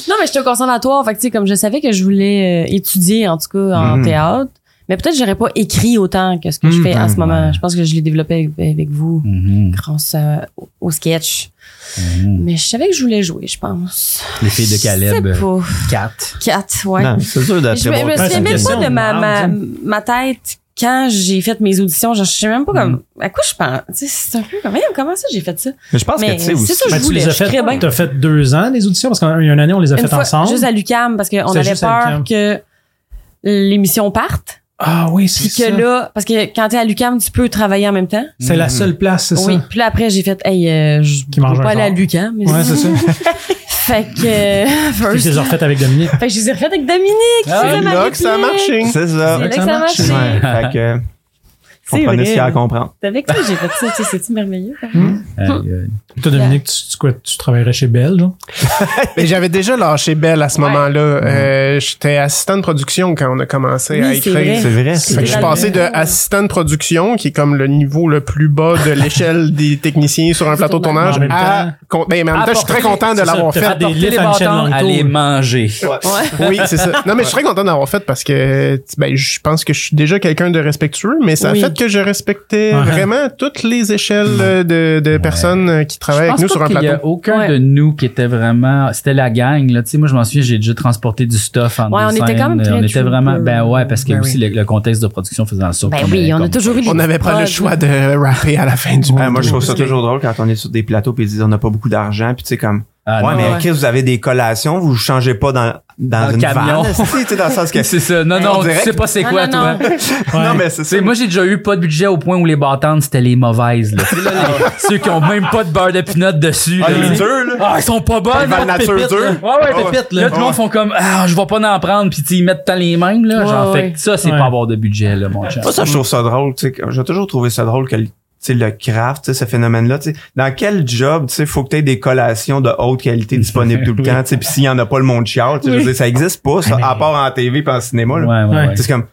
S3: Non, mais j'étais au conservatoire. Fait que, tu sais, comme je savais que je voulais euh, étudier, en tout cas, en
S2: Mm.
S4: Mhm.
S3: théâtre, mais peut-être j'aurais pas écrit autant que ce que je
S1: Mhm.
S3: fais en ce
S2: Mm. Ouais.
S3: moment. Je pense que je l'ai développé avec, avec vous
S2: Mhm,
S3: grâce euh, au- au sketch.
S2: mhm.
S3: Mais je savais que je voulais jouer, je pense.
S2: Les filles de Caleb. euh,
S3: Je sais pas.
S2: 4.
S3: Quatre, ouais.
S2: Ah,
S4: Non, c'est sûr
S2: Euh,
S3: Mais je, me-
S4: d'après
S3: je
S4: mon
S3: me
S4: temps,
S1: c'est une
S3: souviens
S4: ça me
S3: même
S1: question
S3: pas de
S1: de
S3: ma, ma,
S1: marge,
S3: ma tête quand j'ai fait mes auditions. Genre, je sais même pas comme,
S1: Hmm.
S3: à quoi je pense. Tu sais, c'est un peu comme, Voyons, comment ça j'ai fait ça?
S4: Mais je pense
S3: Mais
S4: que tu sais
S3: c'est
S4: aussi.
S3: ça, je
S1: Ben, tu
S3: voulais,
S1: les as
S3: je suis
S1: fait,
S3: très bien.
S1: t'as fait deux ans, les auditions, parce qu'il y a une année, on les a
S3: Une
S1: faites
S3: fois,
S1: ensemble.
S3: juste à l'UCAM parce qu'on
S1: C'était
S3: avait
S1: juste à
S3: peur
S1: l'UQAM.
S3: que l'émission parte.
S1: Ah oui, c'est
S3: Puis que
S1: ça.
S3: là, parce que quand t'es à l'UCAM, tu peux travailler en même temps.
S1: C'est la seule place, c'est
S3: Oui.
S1: ça?
S3: Puis là, après, j'ai fait, hey, euh, je
S1: Qui mange
S3: peux
S1: un
S3: pas aller à
S1: corps.
S3: l'UCAM. mais-
S1: Ouais, c'est ça.
S3: fait que, euh,
S1: Tu
S3: first.
S1: les as refaites avec Dominique.
S3: Fait que je les ai refaites avec Dominique. qui
S2: Ah,
S3: faisait
S5: C'est
S3: ma
S5: là que ça a
S3: réplique.
S5: marché.
S4: C'est
S1: Ah,
S4: ça.
S3: C'est là que ça a
S1: marché.
S3: marché.
S4: Ouais, fait que, euh,
S3: C'est
S4: comprenez ce
S3: vrai.
S4: qu'il y a à comprendre.
S3: C'est avec toi, que j'ai fait ça. Tu sais, c'est-tu merveilleux?
S1: Hmm.
S2: euh,
S1: Toi, Dominique, tu, tu, quoi, tu travaillerais chez Belle, genre?
S5: Mais j'avais déjà lâché Belle à ce
S3: Ouais.
S5: moment-là. Euh, J'étais assistant de production quand on a commencé
S3: Oui,
S5: à
S3: c'est
S5: écrire.
S3: vrai.
S4: C'est vrai, c'est
S5: Fait que
S4: vrai.
S5: je suis
S3: Totalement.
S5: passé de assistant de production, qui est comme le niveau le plus bas de l'échelle des techniciens sur un plateau de
S1: Mais en
S5: tournage,
S1: même
S5: à...
S1: temps-
S5: con- mais en même temps, je suis très content de
S1: C'est ça,
S5: l'avoir
S1: t'as
S5: fait.
S1: des
S2: Apporter
S1: lifts
S2: les
S1: à Michel
S2: bâtons,
S1: Langto.
S2: aller manger.
S5: Oui, c'est ça. Non, mais je suis très content d'avoir fait parce que ben, je pense que je suis déjà quelqu'un de respectueux, mais ça a
S3: Oui.
S5: fait que je respectais
S1: Ouais.
S5: vraiment toutes les échelles euh, de, de personnes euh, qui travaillent
S2: Je
S5: avec
S2: pense
S5: nous sur
S2: pas
S5: un
S2: qu'il y a
S5: plateau.
S2: aucun
S3: Ouais.
S2: de nous qui était vraiment. C'était la gang, là. Tu sais, moi, je m'en souviens, j'ai déjà transporté du stuff en
S3: Ouais, on
S2: deux
S3: était
S2: scènes.
S3: quand même très
S2: On était
S3: trooper.
S2: vraiment. Ben ouais, parce que
S3: Ben
S2: aussi le, le contexte de production faisait en sorte.
S3: Ben
S2: qu'on
S3: oui,
S2: avait
S3: on a
S2: comme-
S3: toujours eu les
S5: On n'avait pas le
S3: prods.
S5: choix de rapper à la fin du
S4: Ah, moi, je trouve ça
S5: plateau.
S4: toujours drôle quand on est sur des plateaux puis ils disent on n'a pas beaucoup d'argent puis tu sais comme
S2: Ah,
S4: ouais
S2: non,
S4: mais
S3: ouais.
S4: Chris vous avez des collations vous changez pas dans dans
S2: Dans le
S4: une
S2: camion.
S4: vanne, tu sais dans le sens que
S2: C'est ça. Non,
S4: On
S2: non, tu
S4: dirait
S2: sais
S4: que-
S2: pas c'est
S3: Non,
S2: quoi,
S3: non,
S2: toi.
S3: non.
S4: non mais c'est
S2: Tu sais,
S4: ça
S2: moi, j'ai déjà eu pas de budget au point où les bâtantes, c'était les mauvaises. Là. Tu sais, là, les- ceux qui ont même pas de beurre de pinot dessus.
S4: Ah,
S2: là,
S4: les
S2: tu sais.
S4: durs, là.
S2: Ah, ils sont pas bonnes.
S4: Ils valent
S2: là,
S4: nature
S2: pépites,
S4: dure.
S2: là. Ouais, ouais,
S4: Ah ouais.
S2: pépites. Là, tout le
S4: Ah
S2: monde
S4: ouais.
S2: font comme, ah, je vais pas en prendre. Puis, tu sais, ils mettent tant les mêmes, là. genre,
S3: Ouais,
S2: fait
S3: ouais.
S2: que ça, c'est
S1: Ouais.
S2: pas avoir de budget, là, mon chat.
S4: Moi, ça, je trouve ça drôle. tu sais, que- J'ai toujours trouvé ça drôle que le- tu sais, le craft, tu sais, ce phénomène-là. tu sais, Dans quel job, tu sais, faut que tu aies des collations de haute qualité disponibles tout le temps. tu sais, Puis s'il y en a pas, le monde chiale. tu sais, Je veux dire, ça existe pas, ça,
S1: Mais-
S4: à part en TV et en cinéma.
S2: Ouais,
S4: là.
S2: ouais, ouais.
S1: Ouais.
S4: Tu sais, C'est comme,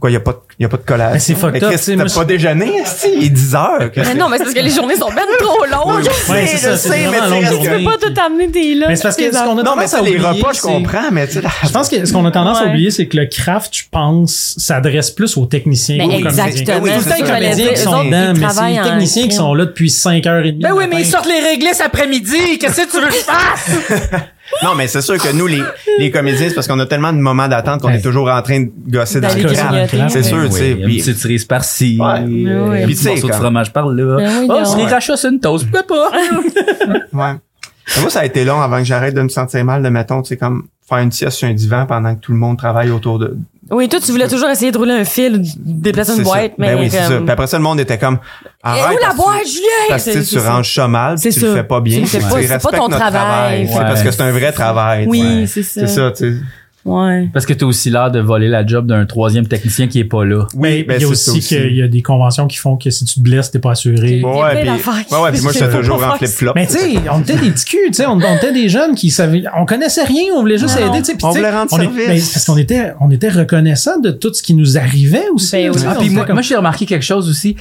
S4: quoi, il n'y a, pas de- y a pas de collation.
S1: Mais c'est fucked
S4: Mais
S1: up,
S4: Chris,
S1: tu sais, moi,
S4: T'as pas déjeuné, esti? il est 10 heures. Chris.
S3: Mais non, mais c'est parce que les journées sont bien trop longues.
S1: Ouais,
S4: Je
S1: c'est ça,
S4: sais,
S1: c'est
S4: mais
S1: vraiment
S4: tu
S1: longue
S4: restes-
S3: Tu peux
S1: journée.
S3: pas tout amener des là.
S1: Mais c'est parce que ce qu'on a
S4: Non, mais
S1: tendance
S4: ça,
S1: à
S4: les
S1: oublier,
S4: repas, je
S1: c'est-
S4: comprends, mais tu sais, la-
S1: Je pense que ce qu'on a tendance à
S3: Ouais.
S1: oublier, c'est que le craft, je pense, s'adresse plus aux techniciens.
S3: Ben,
S1: qu'aux comédiens.
S3: exactement.
S1: Oui, tout le
S4: C'est
S1: temps,
S4: ça
S1: les
S4: que j'allais
S1: comédiens
S4: dire.
S1: qui
S4: Eux
S1: sont
S4: autres,
S1: dedans,
S3: ils
S1: mais c'est
S3: travaillent
S1: les
S3: en
S1: techniciens qui
S3: crime.
S1: sont là depuis 5h30.
S2: Ben oui, mais ils sortent les réglisses après-midi. Qu'est-ce que tu veux que je fasse?
S4: Non, mais c'est sûr que nous, les, les comédiens, c'est parce qu'on a tellement de moments d'attente qu'on
S2: Ouais.
S4: est toujours en train de gosser dans
S3: D'aller
S4: le craft.
S3: grignoter.
S4: C'est sûr, tu sais.
S2: Ben Oui,
S4: puis-
S2: Une petite cerise par-ci.
S4: Ouais.
S2: Un
S4: Puis,
S2: petit
S4: tu sais,
S2: morceau de
S4: quand-
S2: fromage par-là.
S3: Ben oui,
S2: Oh,
S3: non.
S2: c'est des rachats sur une toast. Pourquoi pas?
S4: Ouais. Mais Moi, ça a été long avant que j'arrête de me sentir mal de, mettons, tu sais, comme faire une sieste sur un divan pendant que tout le monde travaille autour de.
S3: Oui, toi, tu voulais toujours essayer de rouler un fil ou de déplacer
S4: C'est
S3: une
S4: ça.
S3: boîte, mais.
S4: Ben oui, c'est ça.
S3: comme-
S4: Puis après ça, le monde était comme.
S3: Et
S4: Arrête,
S3: où la
S4: parce que-
S3: boîte, Julien?
S4: Parce que tu sais, tu
S3: C'est- c'est
S4: ranges ça mal, puis
S3: C'est
S4: tu le
S3: ça.
S4: fais pas
S3: Tu
S4: bien.
S3: le fais
S4: puis
S3: pas,
S4: tu
S3: c'est pas
S4: respectes
S3: ton
S4: notre
S3: travail.
S4: travail. tu sais,
S2: Ouais.
S4: Parce que c'est un vrai travail. tu sais.
S3: Oui, c'est ça.
S4: C'est ça, tu sais.
S3: Ouais.
S2: Parce que t'as aussi l'air de voler la job d'un troisième technicien qui est pas là.
S1: Oui,
S4: ben,
S1: il y a
S4: c'est ça
S1: aussi qu'il y a des conventions qui font que si tu te blesses, t'es pas assuré.
S3: Il y a
S4: Ouais,
S3: plein
S4: puis,
S3: d'affaires qui-
S4: ouais, ouais, puis moi,
S3: je
S4: j'étais
S3: sais
S4: toujours
S3: pas
S4: en
S3: faire
S4: flip-flop.
S1: Mais tu sais, on était des petits culs, tu sais, on, on était des jeunes qui savaient, on connaissait rien, on voulait juste
S3: Non.
S1: aider, tu sais. puis
S4: On
S1: tu sais,
S4: voulait rendre
S1: est-
S4: service.
S1: mais c'est parce qu'on était, on était reconnaissant de tout ce qui nous arrivait aussi.
S3: Ben
S1: tu sais,
S3: oui.
S1: on
S2: Ah, puis
S1: était
S2: moi,
S1: comme-
S2: moi, j'ai remarqué quelque chose aussi.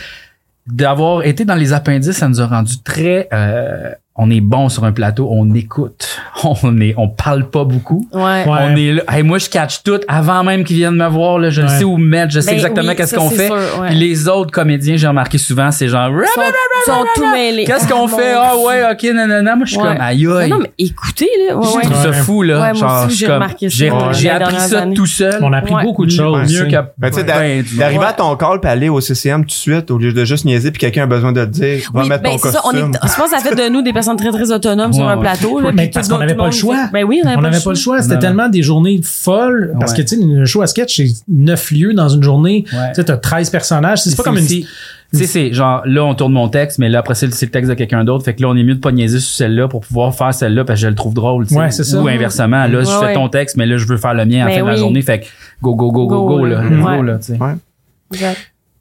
S2: D'avoir été dans les appendices, ça nous a rendu très. euh, on- on est bon sur un plateau, on écoute, on est, on parle pas beaucoup.
S1: Ouais.
S3: Ouais.
S2: On est là. Hey, moi, je catch tout avant même qu'ils viennent me voir. Là, je le
S1: Ouais.
S2: sais où me mettre, je sais
S3: Ben
S2: exactement
S3: oui,
S2: qu'est-ce
S3: ça,
S2: qu'on
S3: c'est
S2: fait.
S3: sûr, ouais.
S2: Puis les autres comédiens, j'ai remarqué souvent, c'est genre,
S3: Ils sont, ils sont tout mêlés.
S2: qu'est-ce qu'on
S3: Mon
S2: fait?
S3: Dieu.
S2: Ah ouais, ok, nanana. Moi, je suis
S3: Ouais.
S2: comme, aïe
S3: Mais
S2: aïe.
S3: Non, mais écoutez, là. Ouais,
S2: Je
S3: ouais.
S2: trouve ça
S1: Ouais.
S2: fou, là.
S3: Ouais, moi
S2: Genre,
S3: aussi,
S2: je suis
S3: j'ai
S2: comme-
S3: remarqué ça
S2: j'ai-
S3: dans
S4: les
S2: J'ai appris
S3: dernières
S2: ça
S3: années.
S2: tout seul.
S1: On a appris
S3: Ouais.
S1: beaucoup de choses.
S2: Mieux
S1: tu sais.
S2: qu'à.
S4: Ben, tu sais, d'a-
S2: ben, du-
S4: d'arriver à ton call puis aller au CCM tout de suite au lieu de juste niaiser puis quelqu'un a besoin de te dire va
S3: Oui,
S4: mettre
S3: ben
S4: ton
S3: c'est ça. On est,
S4: costume.
S3: je pense que ça fait de nous des personnes très, très autonomes sur
S2: Ouais,
S3: un
S2: ouais.
S3: plateau. Là,
S1: Mais
S3: puis
S1: parce
S3: tout
S1: qu'on n'avait
S3: le
S1: pas
S3: monde
S1: le choix.
S3: fait- Ben oui, on
S1: On n'avait pas le choix. C'était
S2: Non, non.
S1: tellement des journées folles. Parce
S2: Ouais.
S1: que, tu sais, le show à sketch, c'est neuf lieux dans une journée.
S2: Ouais.
S1: Tu sais, t'as 13 personnages. C'est pas comme une.
S2: aussi- Tu sais, c'est genre, là, on tourne mon texte, mais là, après ça, c'est le texte de quelqu'un d'autre. Fait que là, on est mieux de pas niaiser sur celle-là pour pouvoir faire celle-là parce que je le trouve drôle. tu sais.
S1: Ouais, c'est ça.
S2: Ou inversement, là, je
S3: Ouais,
S2: fais
S3: ouais.
S2: ton texte, mais là, je veux faire le mien à la
S3: Ben
S2: fin de la
S3: oui.
S2: journée. Fait que go, go, go, go,
S3: Go,
S2: go,
S3: là.
S2: là. let's
S3: Ouais.
S2: go, là, tu sais.
S4: Ouais.
S3: choix.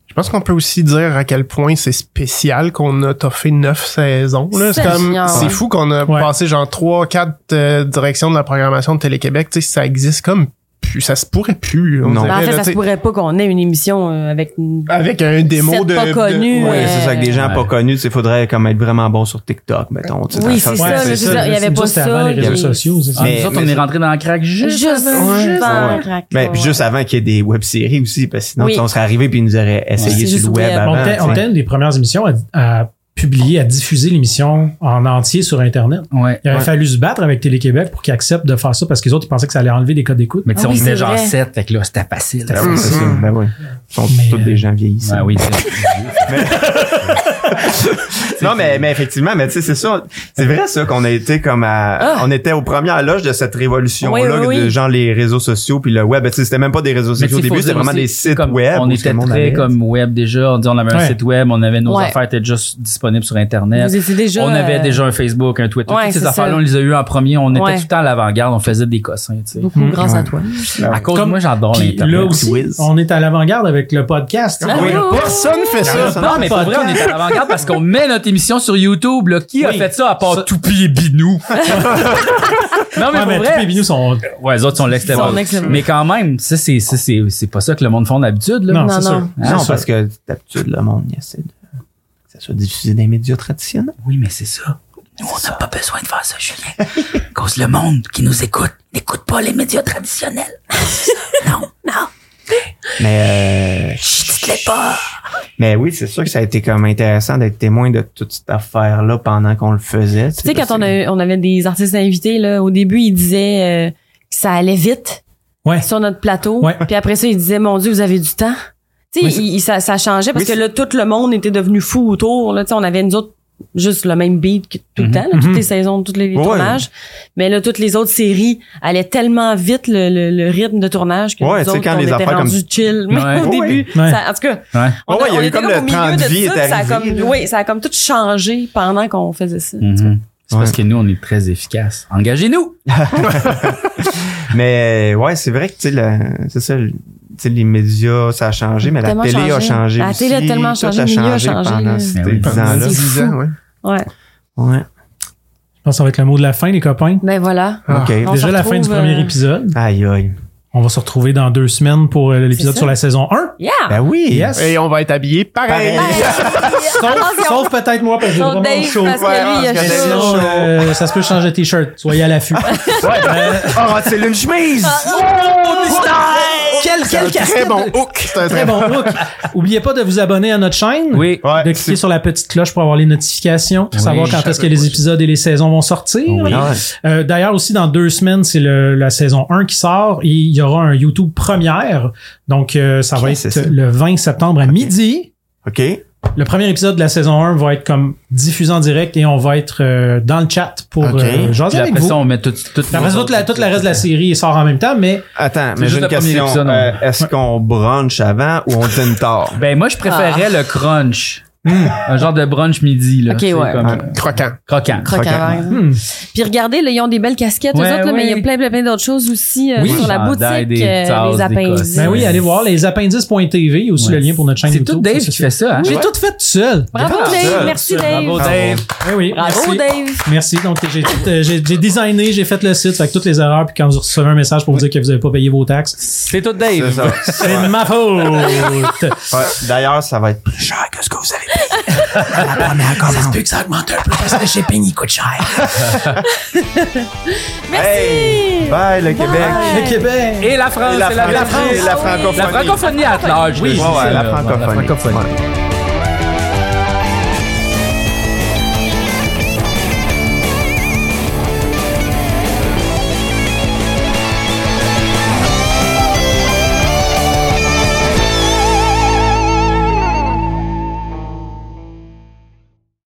S5: Je pense qu'on peut aussi dire à quel point c'est spécial qu'on a toffé neuf saisons. là. C'est
S3: Seigneur.
S5: comme c'est fou qu'on a
S1: Ouais.
S5: passé genre trois, quatre euh, directions de la programmation de Télé-Québec. Tu sais, ça existe comme plus, ça se pourrait plus. on
S4: Non.
S5: dirait,
S3: Ben, en fait,
S5: là,
S3: ça
S5: tu
S3: se
S5: sais,
S3: pourrait pas qu'on ait une émission euh, avec une...
S5: Avec un démo
S3: Sept
S5: de,
S3: pas
S5: de-
S3: connus,
S5: ouais.
S4: Ouais, c'est ça, avec
S1: euh,
S4: des gens
S2: Ouais.
S4: pas connus, il faudrait comme être vraiment bon sur TikTok, mettons. tu sais,
S3: Oui,
S4: dans le
S3: c'est
S4: sens-
S3: ça,
S1: c'est
S3: je veux dire, il y avait
S1: Mais
S3: pas
S1: c'était
S3: ça,
S1: avant les
S3: puis-
S1: réseaux sociaux. c'est ça.
S2: Ah,
S4: Mais-
S2: nous autres, on
S4: mais-
S2: est rentré dans le crack juste.
S3: Juste avant.
S4: Ouais. Mais Ben, puis juste avant qu'il y ait des web-séries aussi, parce que sinon,
S3: Oui.
S4: tu sais, on serait arrivé puis ils nous auraient essayé
S3: C'est juste
S4: sur le web
S3: web.
S1: On
S4: avant.
S1: était-
S4: tu
S1: On
S4: sais.
S1: était une des premières émissions à, à publier, à diffuser l'émission en entier sur Internet.
S2: Ouais.
S1: Il aurait
S4: Ouais.
S1: fallu se battre avec Télé-Québec pour qu'ils acceptent de faire ça parce que les autres, ils pensaient que ça allait enlever des codes d'écoute.
S2: Mais tu sais,
S3: Ah
S2: on
S3: oui,
S2: était
S3: c'est
S2: genre
S3: vrai.
S2: 7. Fait que là, c'était facile.
S1: C'était
S4: Ben oui, c'est ça. Ben oui. Ils sont
S1: Mais- ben
S4: tous des gens vieillissants.
S2: Ouais, oui, c'est-
S4: Non, mais, mais effectivement, mais tu sais, c'est ça. C'est vrai, ça, qu'on a été comme à,
S3: Ah!
S4: on était aux premières loges de cette révolution-là,
S3: Oui, oui,
S4: de
S3: oui.
S4: genre les réseaux sociaux puis le web. Ben, Tu sais, c'était même pas des réseaux
S2: Mais tu
S4: sociaux au
S2: sais, faut
S4: début, c'était
S2: dire
S4: vraiment
S2: aussi,
S4: des sites
S2: comme
S4: web.
S2: On
S4: où tout
S2: était
S4: le monde
S2: très
S4: allait.
S2: comme web déjà. On dit, on avait un
S1: Ouais.
S2: site web, on avait nos
S3: Ouais.
S2: affaires étaient déjà disponibles sur Internet.
S3: Vous étiez déjà,
S2: on avait
S3: euh,
S2: déjà un Facebook, un Twitter.
S3: ouais,
S2: Toutes ces
S3: c'est
S2: affaires-là,
S3: ça.
S2: on les a eues en premier. On était
S3: Ouais.
S2: tout le temps à l'avant-garde. On faisait des cossins, tu sais.
S3: Beaucoup grâce à toi.
S2: À cause de
S1: Comme-
S2: moi, j'adore
S1: Puis
S2: l'Internet.
S1: là aussi,
S4: Quiz.
S1: on est à l'avant-garde avec le podcast.
S3: Ah
S1: On
S3: oui.
S1: est-
S5: Personne
S3: Ah,
S5: fait ça.
S4: Personne.
S2: Non, mais pour vrai, on est à l'avant-garde parce qu'on met notre émission sur YouTube. Là. Qui a
S1: Oui.
S2: fait ça à part Toupie et Binou? non, mais
S1: Ah,
S2: pour
S1: mais tous
S2: vrai.
S1: les bignous sont.
S2: Ouais, les autres sont l'extrême.
S3: Ils sont l'extrême.
S2: Mais quand même, ça, c'est, ça, c'est, c'est pas ça que le monde font d'habitude. Là.
S1: Non,
S3: Non,
S1: c'est
S3: non.
S1: sûr. C'est
S4: Non,
S1: sûr.
S4: parce que d'habitude, le monde il essaie de, que ça soit diffusé dans les médias traditionnels.
S2: Oui, mais c'est ça. Nous, on n'a pas besoin de faire ça, Julien. Cause le monde qui nous écoute n'écoute pas les médias traditionnels.
S4: Mais, euh, mais oui, c'est sûr que ça a été comme intéressant d'être témoin de toute cette affaire-là pendant qu'on le faisait.
S3: Tu sais, quand on, a, eu- on avait des artistes invités, là, au début, ils disaient euh, que ça allait vite
S1: Ouais.
S3: sur notre plateau.
S1: Ouais.
S3: Puis après ça, ils disaient, mon Dieu, vous avez du temps. Tu sais,
S1: Oui, c'est-
S3: il- il- ça, ça changeait parce
S4: Oui,
S3: que là, tout le monde était devenu fou autour. Là, Tu sais, on avait nous autres juste le même beat que tout le temps, là, toutes les saisons, tous les, les
S4: Mhm, Ouais.
S3: tournages. Mais là, toutes les autres séries allaient tellement vite le, le- le rythme de tournage que
S4: Ouais,
S3: nous
S4: tu sais,
S3: autres,
S4: quand
S3: on
S4: les
S3: était
S4: affaires comme-
S3: rendus chill. Mais
S2: Ouais.
S3: au
S4: Ouais.
S3: début,
S1: Ouais.
S3: ça- en tout cas,
S2: Ouais.
S3: on,
S4: Ouais, ouais, il y a eu
S3: était
S4: comme
S3: comme,
S4: le
S3: au milieu
S4: train de
S3: de
S4: vie
S3: ça,
S4: est
S3: puis ça a
S4: arrivé, Mhm.
S3: comme-
S4: là.
S3: oui, ça a comme tout changé pendant qu'on faisait ça.
S2: C'est parce que nous, on est très efficaces. Engagez-nous!
S4: Mais ouais, c'est vrai que tu sais, le- c'est ça, le- tu sais, les médias, ça a changé, mais la
S3: Tellement
S4: télé a
S3: changé.
S4: changé
S3: La
S4: aussi.
S3: télé a tellement
S4: Tout
S3: changé,
S4: a
S3: le milieu a
S4: changé
S3: changé,
S4: pendant
S3: là.
S4: ces
S2: Ben oui.
S4: 10
S5: Pendant
S4: ans-là.
S3: C'est
S5: dix
S3: fou.
S5: ans, ouais.
S3: Ouais.
S4: Ouais.
S1: Je pense que ça va être le mot de la fin, les copains.
S3: Ben voilà.
S5: Ah.
S4: OK.
S3: On
S1: Déjà
S3: se
S1: la fin du
S3: retrouve,
S1: premier
S3: euh,
S1: épisode.
S4: Aïe, aïe.
S1: On va se retrouver dans deux semaines pour euh, l'épisode
S3: ça.
S1: sur la saison 1.
S3: Yeah!
S4: Ben oui.
S1: Yes.
S5: Et on va être habillés pareil.
S4: Pareil.
S1: Sauf, Ah, sauf peut-être moi, parce que j'ai
S3: Sauf
S1: vraiment
S3: Dave,
S1: chaud.
S3: parce que
S4: Ouais,
S3: lui, il a
S4: parce que
S3: chaud.
S4: Dave-
S1: Sinon, euh, ça se peut changer de t-shirt. Soyez à l'affût. Euh,
S4: Oh, c'est une chemise!
S1: quel quel
S5: Très
S1: casquette
S5: bon
S1: de-
S5: hook. C'est un
S1: Très bon look. Oubliez pas de vous abonner à notre chaîne.
S2: Oui.
S4: Ouais,
S1: de
S4: c'est-
S1: cliquer sur la petite cloche pour avoir les notifications, pour
S2: Oui,
S1: savoir quand est-ce que les épisodes et les saisons vont sortir.
S2: Oui.
S4: Ouais.
S1: Euh, D'ailleurs, aussi, dans deux semaines, c'est le- la saison 1 qui sort et il y aura un YouTube première. Donc, euh, ça va
S4: Ok, c'est
S1: être
S4: ça.
S1: le 20 septembre à midi.
S4: OK.
S1: Le premier épisode de la saison 1 va être comme diffusé en direct et on va être euh, dans le chat pour
S4: Ok.
S1: euh, jaser
S2: Puis
S1: avec
S2: après
S1: vous.
S2: ça, on met tout, tout,
S1: Après ça, toute la, toute la
S2: euh,
S1: reste de la série sort en même temps, mais
S4: Attends, mais
S2: juste
S4: j'ai une
S2: le premier
S4: question.
S2: épisode,
S4: Euh,
S2: on-
S4: Est-ce qu'on brunch avant ou on dîne tard?
S2: Ben, moi, je préférais le crunch.
S4: Hmm.
S2: Un genre de brunch midi, là.
S3: Ah. Ok,
S2: C'est
S3: ouais.
S2: comme, euh,
S5: croquant.
S2: croquant.
S3: Croque
S4: Croquant.
S3: avant, exemple.
S1: hmm,
S3: Puis regardez, là, ils ont des belles casquettes,
S2: Ouais,
S3: eux autres, là, mais il y
S2: ouais.
S3: a plein, plein, plein d'autres choses aussi euh,
S2: Oui.
S3: sur la boutique,
S2: Chandail, des
S3: euh,
S2: tasses, des
S3: les appendices.
S2: cosses.
S1: ben oui, allez voir les appendices.tv, il y a aussi
S2: Ouais.
S1: le lien pour notre chaîne
S2: C'est
S1: YouTube.
S2: tout Dave
S1: Ça,
S2: qui
S1: c'est-
S2: fait ça, hein?
S1: J'ai tout fait tout seul.
S3: Bravo,
S4: Bravo,
S3: Dave.
S4: Dave.
S3: Merci, Dave.
S2: Bravo,
S4: Bravo.
S2: Dave.
S1: Eh oui,
S3: Bravo,
S1: merci.
S3: Dave.
S1: Merci. Donc, j'ai tout, euh, j'ai j'ai designé, j'ai fait le site, fait que toutes les erreurs, puis quand vous recevez un message pour vous dire que vous n'avez pas payé vos taxes,
S2: C'est tout
S4: C'est
S2: Dave.
S4: ça.
S1: c'est de ma faute.
S4: Ouais. D'ailleurs, ça va être plus cher que ce que vous avez payé.
S1: la première
S2: Ça se
S1: commande.
S2: peut que ça augmente un peu parce que le shipping, il coûte cher.
S3: Merci!
S4: Bye, le Québec.
S3: Bye.
S2: Québec. Et la France.
S4: Et la
S2: Et la,
S4: France.
S2: Belgique.
S4: Et la francophonie.
S2: La francophonie à large.
S4: Oui,
S2: je
S4: ouais,
S2: dis
S4: ouais,
S2: ça,
S4: la
S2: ouais,
S4: francophonie. Ouais.